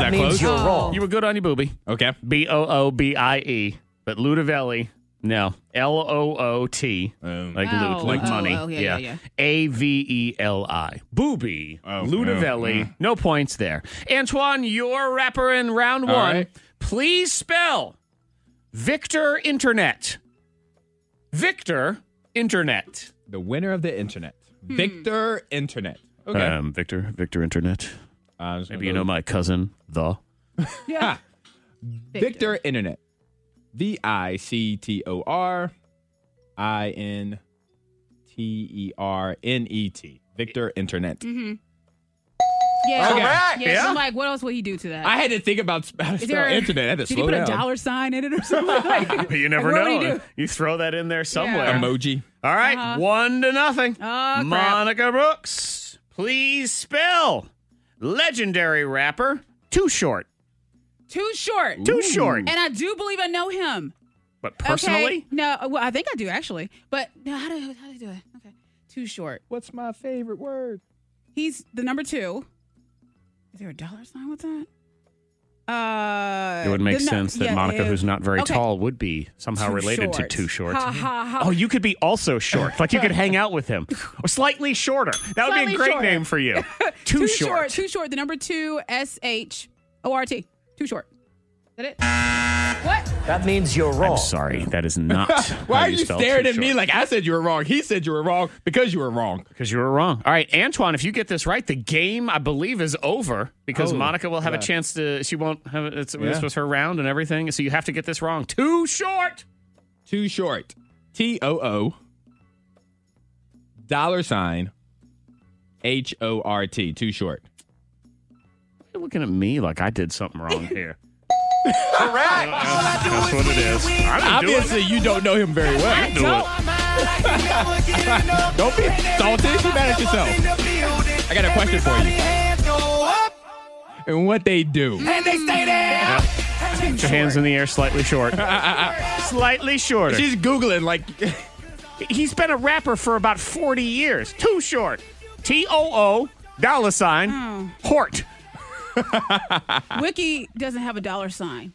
that,
means
close?
you're wrong.
You were good on your booby.
Okay.
B O O B I E. But Ludavelli, no. L O O T.
Um,
Like
Oh,
loot, like
oh,
money.
oh, yeah, yeah, yeah.
A V E L I. Booby.
Oh,
Ludavelli.
yeah, yeah.
No points there. Antoine, your rapper in round
All
one.
right.
Please spell Victor Internet. Victor Internet.
the winner of the internet. Victor Internet. Okay.
Um, Victor, Victor Internet.
I'm just gonna
Maybe you
go
know my cousin, The.
Yeah. Victor Internet. V I C T O R I N T T E R N E T. Victor Internet.
Mm-hmm. Yeah.
Correct,
Yeah.
yeah.
I'm like, what else will he do to that?
I had to think about sp- how to
Is
spell
there a-
internet. I had to
did
slow
he put
down.
a dollar sign in it or something? Like,
you never
like, what would he
know.
do?
You throw that in there somewhere.
Emoji.
All right,
Uh-huh.
one to nothing.
crap.
Monica Brooks, please spell legendary rapper too short.
Too short.
Too Ooh. short.
And I do believe I know him.
But personally,
Okay. No, well, I think I do actually. But no, how do how do I do it? Okay. Too short.
What's my favorite word?
He's the number two. Is there a dollar sign with that? Uh,
it would make
the nu-
sense that
yeah,
Monica,
it-
who's not very
okay.
tall, would be somehow
Too
related
short.
to too short.
Ha, ha, ha.
Oh, you could be also short. Like you could hang out with him, or slightly shorter. That would be
Slightly
a great
shorter.
name for you. Too,
Too, short.
short.
Too short. The number two S H O R T. Too short. Is that it? What?
That means you're wrong. I'm sorry, that is not.
Why
how
are you
spell
staring
too
at me
short.
like I said you were wrong? He said you were wrong because you were wrong.
Because you were wrong. All right, Antoine, if you get this right, the game I believe is over because
Oh,
Monica will have
yeah.
a chance to. She won't have it's, this
Yeah.
was her round and everything. So you have to get this wrong. Too short.
Too short. T O O. Dollar sign. H O R T. Too short.
You're looking at me like I did something wrong here.
Correct.
That's what it is. I didn't do it.
Obviously, you don't know him very well.
I
don't. don't be salty. Be mad at yourself. I got a question for you. And what they do?
And they stay there.
Yeah. Put your hands in the air, slightly short. slightly shorter.
She's googling like
he's been a rapper for about forty years. Too short. T O O dollar sign
Hmm.
Hort.
Wiki doesn't have a dollar sign.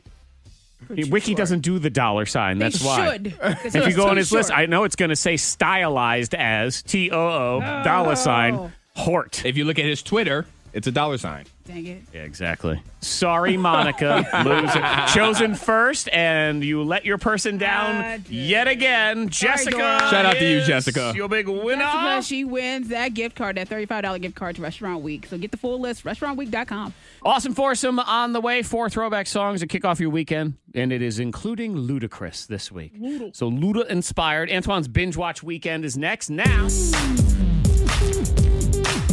Wiki doesn't do the dollar sign.
They
That's why.
should.
If you go on his list, I know it's going to say stylized as T O O dollar sign Hort.
If you look at his Twitter, it's a dollar sign.
Dang it.
Yeah, exactly. Sorry, Monica, loser. Chosen first, and you let your person down yet again. Jessica.
Dora.
Shout out to you,
is
Jessica.
Your big winner.
That's because she wins that gift card, that $35 gift card to Restaurant Week. So get the full list, restaurantweek.com.
Awesome foursome on the way. Four throwback songs to kick off your weekend, and it is including Ludacris this week. So Luda inspired. Antoine's binge watch weekend is next. Now.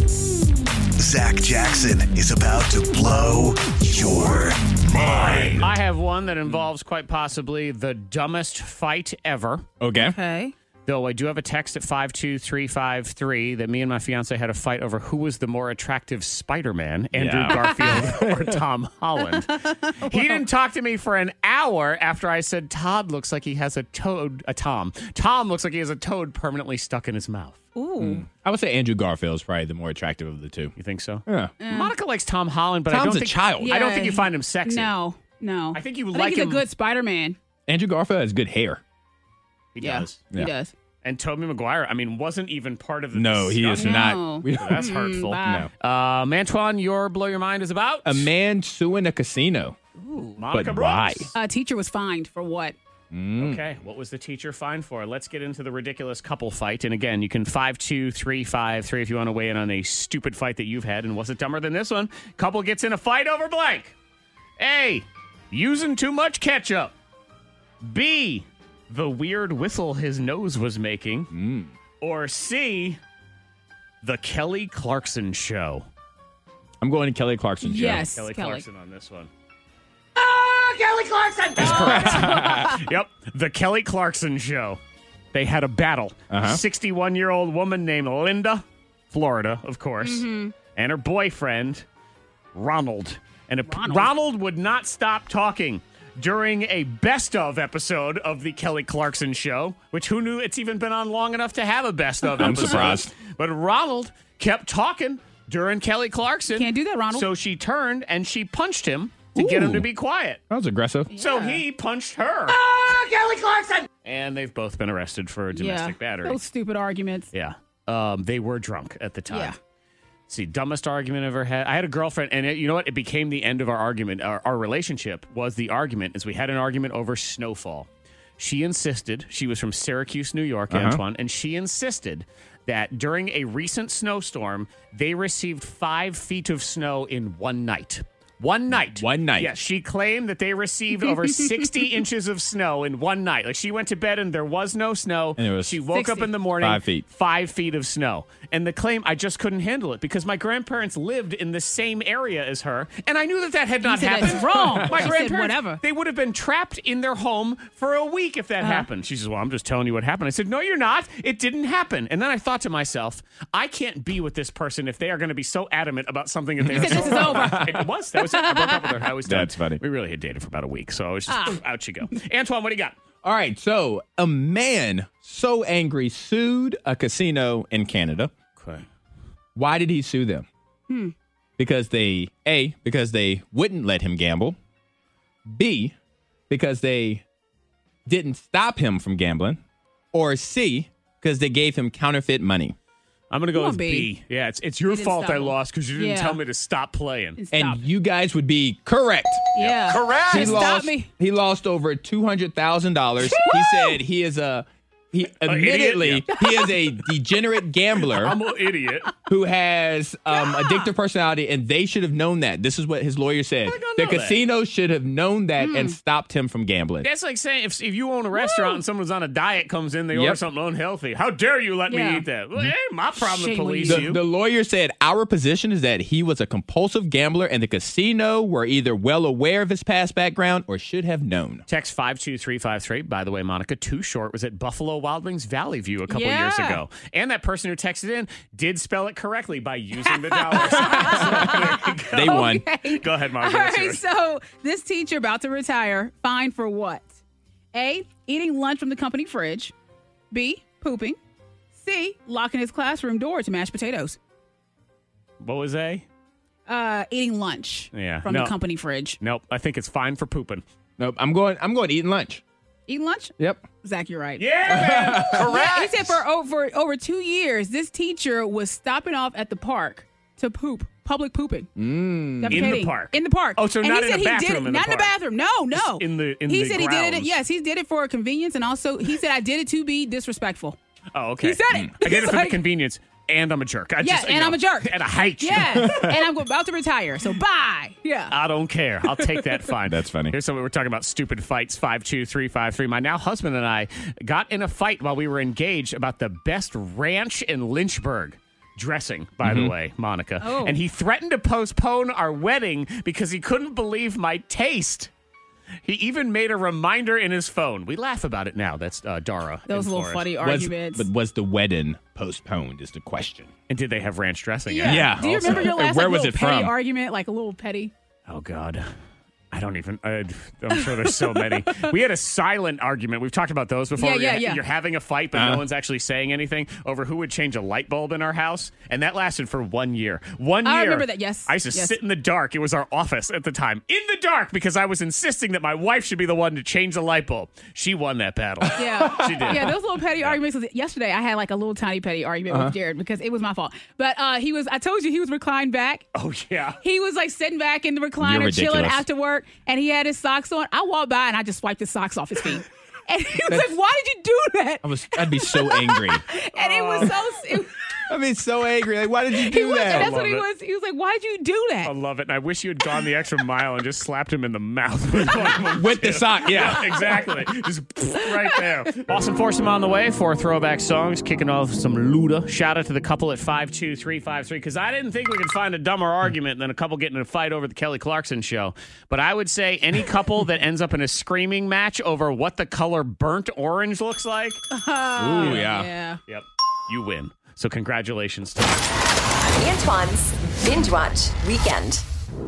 Zach Jackson is about to blow your mind.
I have one that involves quite possibly the dumbest fight ever.
Okay.
Okay.
Though I do have a text at 52353 that me and my fiance had a fight over who was the more attractive Spider Man, Andrew
Yeah.
Garfield or Tom Holland. He didn't talk to me for an hour after I said, Todd looks like he has a toad, a Tom. Tom looks like he has a toad permanently stuck in his mouth.
Ooh.
I would say Andrew Garfield is probably the more attractive of the two. You
think so?
Yeah.
Monica likes Tom Holland, but I
Tom's
don't
a
think,
child.
I don't
Yeah.
think you find him sexy.
No, no. I
think you
think
like
he's
him-
a good Spider Man.
Andrew Garfield has good hair.
He
Yeah,
does.
he Yeah.
does.
And Toby Maguire, I mean, wasn't even part of the
No, he is
discussion.
not. No. We don't-
That's
Mm-mm,
hurtful.
Mm,
bye.
Um, Antoine, your blow your mind is about
A man suing a casino.
Monica
but
Brooks.
why?
Uh,
A teacher was fined for what?
Mm.
Okay, what was the teacher fined for? Let's get into the ridiculous couple fight. And again, you can five two three five three if you want to weigh in on a stupid fight that you've had. And was it dumber than this one? Couple gets in a fight over blank. A. Using too much ketchup. B. The weird whistle his nose was making.
Mm.
Or C. The Kelly Clarkson show.
I'm going to Kelly Clarkson. Show.
Yes, Kelly Kelly. Clarkson on this one.
Oh, Kelly Clarkson. Oh.
yep. The Kelly Clarkson Show. They had a battle.
Uh-huh.
61 year old woman named Linda, Florida, of course,
Mhm.
and her boyfriend, Ronald. And ap- Ronald. would not stop talking during a best of episode of the Kelly Clarkson Show, which who knew it's even been on long enough to have a best of
I'm
episode.
surprised.
But Ronald kept talking during Kelly Clarkson. Can't do that, Ronald. So she turned and she punched him to get him
Ooh.
to be quiet.
That was aggressive.
So he punched her.
Oh, Kelly Clarkson.
and they've both been arrested for domestic battery.
Those stupid arguments.
Yeah. Um, they were drunk at the time. See, dumbest argument I ever had. I had a girlfriend, and it, you know what? It became the end of our argument. Our, our relationship was the argument, is we had an argument over snowfall. She insisted, she was from Syracuse, New York,
Uh-huh.
Antoine, and she insisted that during a recent snowstorm, they received five feet of snow in one night. One night.
One night.
Yeah, she claimed that they received over 60 inches of snow in one night. Like she went to bed and there was no snow.
And it was
she woke up
60.
in the morning.
Five feet.
Five feet of snow. And the claim, I just couldn't handle it because my grandparents lived in the same area as her. And I knew that that had
You
not
said that's
happened.
wrong.
My
She said
grandparents,
whatever.
they would have been trapped in their home for a week if that
Uh-huh.
happened. She says, Well, I'm just telling you what happened. I said, No, you're not. It didn't happen. And then I thought to myself, I can't be with this person if they are going to be so adamant about something that they
You
are
said
so
this is over.
it was. That was it. I broke up with her. I was done.
That's funny.
We really had dated for about a week, so I was just
Ah.
out you go. Antoine, what do you got?
All right, so a man so angry sued a casino in Canada.
Okay.
Why did he sue them?
Hmm.
Because they A, because they wouldn't let him gamble. B, because they didn't stop him from gambling. Or C, because they gave him counterfeit money.
I'm gonna go with B. Yeah, it's it's your
You didn't
fault
stop
I
him.
lost because you didn't
Yeah.
tell me to stop playing.
And you guys would be correct.
Yeah.
Correct. He
Just
lost,
stop me.
He lost over two hundred thousand dollars. He said he is a he admittedly
yeah.
he is a degenerate gambler.
I'm an idiot.
who has um, addictive personality, and they should have known that. This is what his lawyer said. The
know that?
casino should have known that and stopped him from gambling.
That's like saying if, if you own a restaurant and someone's on a diet comes in, they order
Yep.
something unhealthy. How dare you let
Yeah.
me eat that? Well, it ain't my problem to
Shame on
police
The,
you.
the lawyer said, Our position is that he was a compulsive gambler, and the casino were either well aware of his past background or should have known.
Text 52353. By the way, Monica, Too Short was at Buffalo Wild Wings Valley View a couple
Yeah.
years ago. And that person who texted in did spell it correctly by using the dollar sign. So there
They
you go.
won.
Go ahead,
All
Monica. Let's hear
right,
it.
so this teacher about to retire, fined for what? A, eating lunch from the company fridge. B, pooping. C, locking his classroom door to mashed potatoes.
What was A?
Uh, eating lunch
Yeah,
from
no.
the company fridge.
Nope. I think it's fine for pooping.
Nope. I'm going. I'm going eating lunch.
Eating lunch?
Yep.
Zach, you're right.
Yeah,
Correct. he said for over over two years, this teacher was stopping off at the park to poop, public pooping.
Mm.
Defecating.
In the park.
In the park.
Oh, so
and
not
he
in
said
the
he did
bathroom
it,
in the
not in the
park.
bathroom. No, no.
Just in the- in
he
the
said he did it.
grounds.
Yes, he did it for convenience, and also he said I did it to be disrespectful.
Oh, okay.
He said it.
I did it
He's
for the
like-
convenience, and I'm a jerk. I
yeah,
just, you
and
know,
I'm a jerk.
And I hate you.
Yes, and I'm about to retire. So bye. Yeah.
I don't care. I'll take that fine.
That's funny.
Here's something we're talking about stupid fights 52353. My now husband and I got in a fight while we were engaged about the best ranch in Lynchburg. Dressing, by
Mm-hmm.
the way, Monica.
Oh.
And he threatened to postpone our wedding because he couldn't believe my taste. He even made a reminder in his phone. We laugh about it now. That's uh, Dara.
Those
in
little
Florida.
funny
Was,
arguments.
but was the wedding postponed? Is the question.
And did they have ranch dressing?
yeah. Do you
Also.
remember your
And
last
where
like,
was
little
it
petty
from?
argument? Like a little petty.
Oh God, I don't even. I, I'm sure there's so many. We had a silent argument. We've talked about those before.
Yeah,
You're-
yeah, yeah.
You're having a fight, but no one's actually saying anything over who would change a light bulb in our house, and that lasted for one year. One year.
I remember that, yes,
I used to
yes.
sit in the dark. It was our office at the time, in the dark, because I was insisting that my wife should be the one to change the light bulb. She won that battle.
Yeah,
She did.
Yeah, those little petty arguments. 'cause Yesterday, I had like a little tiny petty argument with Jared because it was my fault. But uh, he was, I told you, he was reclined back.
Oh yeah.
He was like sitting back in the recliner, chilling
ridiculous.
after work, and he had his socks on. I walked by and I just wiped his socks off his feet. And he was like, "Why did you do that?"
I was. I'd be so angry.
And it was so. It,
I'd be so angry. Like, why did you
he
do
was, and that's
that?
what he
love
was. He was like, "Why did you do
I
that?"
love it. And I wish you had gone the extra mile and just slapped him in the mouth with one of them.
With the sock, yeah.
exactly. Just right there. Awesome Foursome on the way. Four throwback songs, kicking off some Luda. Shout out to the couple at 52353 because I didn't think we could find a dumber argument than a couple getting in a fight over the Kelly Clarkson show. But I would say any couple that ends up in a screaming match over what the color burnt orange looks like,
Ooh, yeah.
Yeah.
yep, you win. So congratulations to
Antoine's Binge Watch Weekend.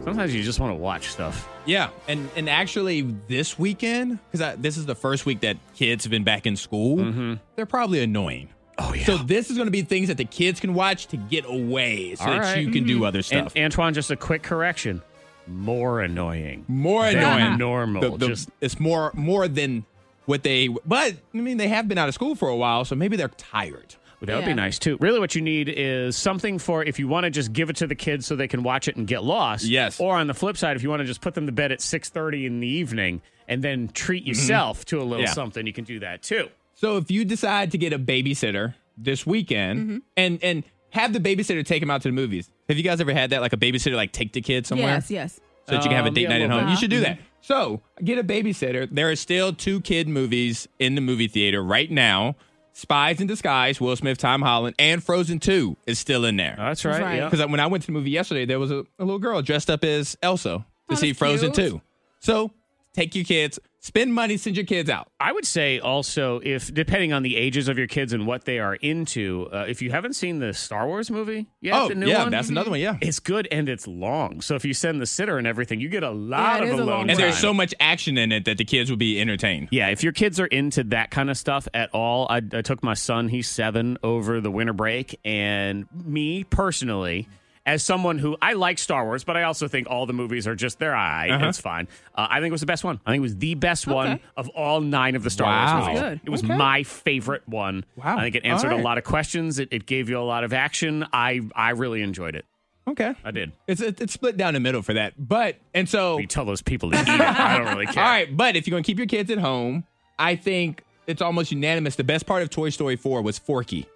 Sometimes you just want to watch stuff.
Yeah, and and actually this weekend because this is the first week that kids have been back in school.
Mm-hmm.
They're probably annoying. Oh yeah. So this is going to be things that the kids can watch to get away, so
All
that
right.
you can do other stuff.
Mm-hmm. And Antoine, just a quick correction. More annoying.
more
than
annoying.
normal.
The- the-
just
it's more more than what they. But I mean, they have been out of school for a while, so maybe they're tired.
Well, that would be
Yeah.
nice too. Really, what you need is something for if you want to just give it to the kids so they can watch it and get lost.
Yes.
Or on the flip side, if you want to just put them to bed at six thirty in the evening and then treat yourself to a little
Mm-hmm. Yeah.
something, you can do that too.
So if you decide to get a babysitter this weekend
Mm-hmm.
and and have the babysitter take them out to the movies, have you guys ever had that? Like a babysitter like take the kids somewhere?
Yes. Yes.
so that you can have a
Um,
date
yeah,
night at
a little
home.
bit.
You should do
Mhm.
that. So get a babysitter. There are still two kid movies in the movie theater right now. Spies in Disguise, Will Smith, Tom Holland, and Frozen 2 is still in there. That's
right, That's right. Oh, yeah.
Because when I went to the movie yesterday, there was a, a little girl dressed up as Elsa to see Frozen
cute.
2. So take your kids, spend money, send your kids out.
I would say also, if depending on the ages of your kids and what they are into, uh, if you haven't seen the Star Wars movie yet,
Oh,
the new
yeah,
one,
that's another one, yeah.
it's good and it's long. So if you send the sitter and everything, you get a lot of alone
And there's
time.
so much action in it that the kids will be entertained.
Yeah, if your kids are into that kind of stuff at all, I, I took my son, he's seven, over the winter break. And me personally, as someone who I like Star Wars, but I also think all the movies are just their eye.
Uh-huh.
It's fine. Uh, I think it was the best one. I think it was the best one of all nine of the Star
Wow.
Wars movies.
That's good.
It was
Okay.
my favorite one.
Wow.
I think it
All
answered a
right.
lot of questions. It, it gave you a lot of action. I I really enjoyed it.
Okay.
I did.
It's it's split down the middle for that. But and so you
tell those people to eat it. I don't really care.
All right, but if you're gonna keep your kids at home, I think it's almost unanimous. The best part of Toy Story 4 was Forky.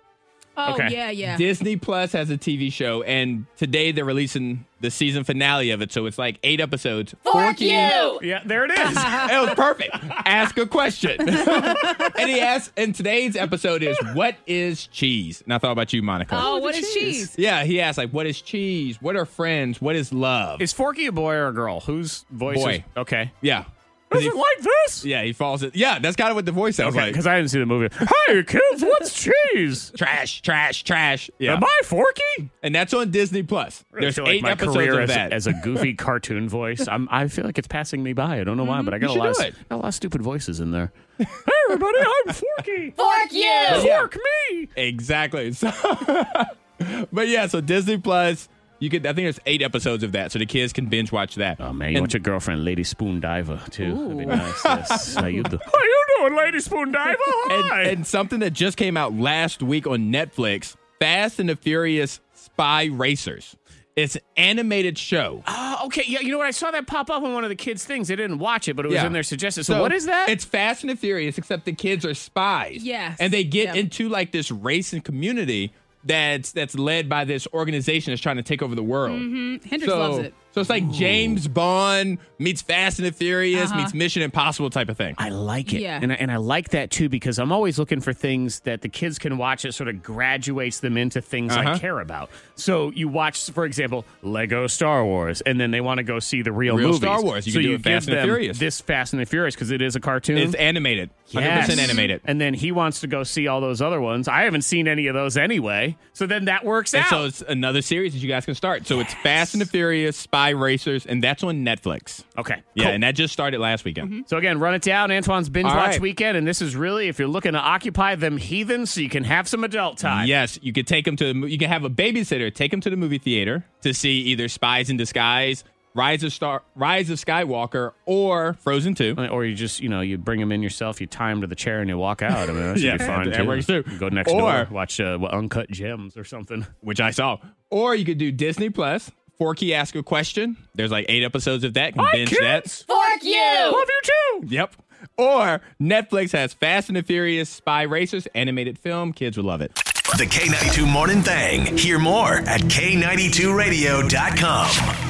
Oh, yeah, yeah.
Disney Plus has a TV show, and today they're releasing the season finale of it. So it's like eight episodes.
Yeah, there it is.
it was perfect. Ask a question. and he asked, and today's episode is what is cheese? And I thought about you, Monica.
Oh, what is cheese?
Yeah, he asked, like, what is cheese? What are friends? What is love?
Is Forky a boy or a girl? Whose voice? is-
Boy.
okay.
Yeah.
Is it like this?
Yeah, he falls. In, yeah, that's kind of what the voice sounds like.
Because I didn't see the movie. Hey, kids, what's cheese?
Trash, trash, trash. Yeah.
Am I Forky?
And that's on Disney Plus. There's eight
my
episodes
career
of
as,
that.
as a goofy cartoon voice. I'm, I feel like it's passing me by. I don't know why, but I
Mm-hmm. You
got a
should
lot,
do
of,
it.
got a lot of stupid voices in there. Hey, everybody, I'm Forky.
Fork you.
Fork
me.
Exactly. So, but yeah, so Disney Plus, you could. I think there's eight episodes of that, so the kids can binge watch that. Oh
man, you want your girlfriend, Lady Spoon Diver, too. That'd be nice. Yes. How you do?
How
you doing, Lady Spoon Diver? Hi.
And, and something that just came out last week on Netflix: Fast and the Furious Spy Racers. It's an animated show.
Oh, okay. Yeah, you know what? I saw that pop up on one of the kids' things. They didn't watch it, but it was
Yeah.
in their suggested. So, what is that?
It's Fast and the Furious, except the kids are spies.
Yes.
And they get
Yeah.
into like this racing community that's that's led by this organization that's trying to take over the world.
Mm-hmm. Hendrix
so,
loves it.
So it's like James Bond meets Fast and the Furious
Uh-huh.
meets Mission Impossible type of thing.
I like it.
Yeah.
And, I, and I like that too because I'm always looking for things that the kids can watch that sort of graduates them into things I
Uh-huh.
care about. So you watch, for example, Lego Star Wars, and then they want to go see the real,
Real
movies.
Star Wars. You
so
can do
you
it Fast
give
and the
them
Furious.
This Fast and the Furious because it is a cartoon.
It's animated. 100% animated.
And then he wants to go see all those other ones. I haven't seen any of those anyway. So then that works
And
out.
so it's another series that you guys can start. So it's Fast and the Furious, Spy Racers, and that's on Netflix.
Okay.
Yeah,
cool.
and that just started last
Mm-hmm.
weekend.
So again, run it down. Antoine's binge
All
watch
right.
weekend, and this is really if you're looking to occupy them heathens, so you can have some adult time.
Yes, you could take them to. the mo- You can have a babysitter take them to the movie theater to see either Spies in Disguise, Rise of Star, Rise of Skywalker, or Frozen Two.
Or you just you know you bring them in yourself, you tie them to the chair, and you walk out. I mean, that should
Yeah,
be fine
that
too.
works, too.
Go next
Or-
door, watch uh, what, Uncut Gems or something.
Which I saw. Or you could do Disney Plus. Forky ask a question. There's like eight episodes of that. Can binge that.
Fork you.
Love you too.
Yep. Or Netflix has Fast and the Furious, Spy Racers, animated film. Kids would love it.
The K92 Morning Thing. Hear more at K92Radio.com.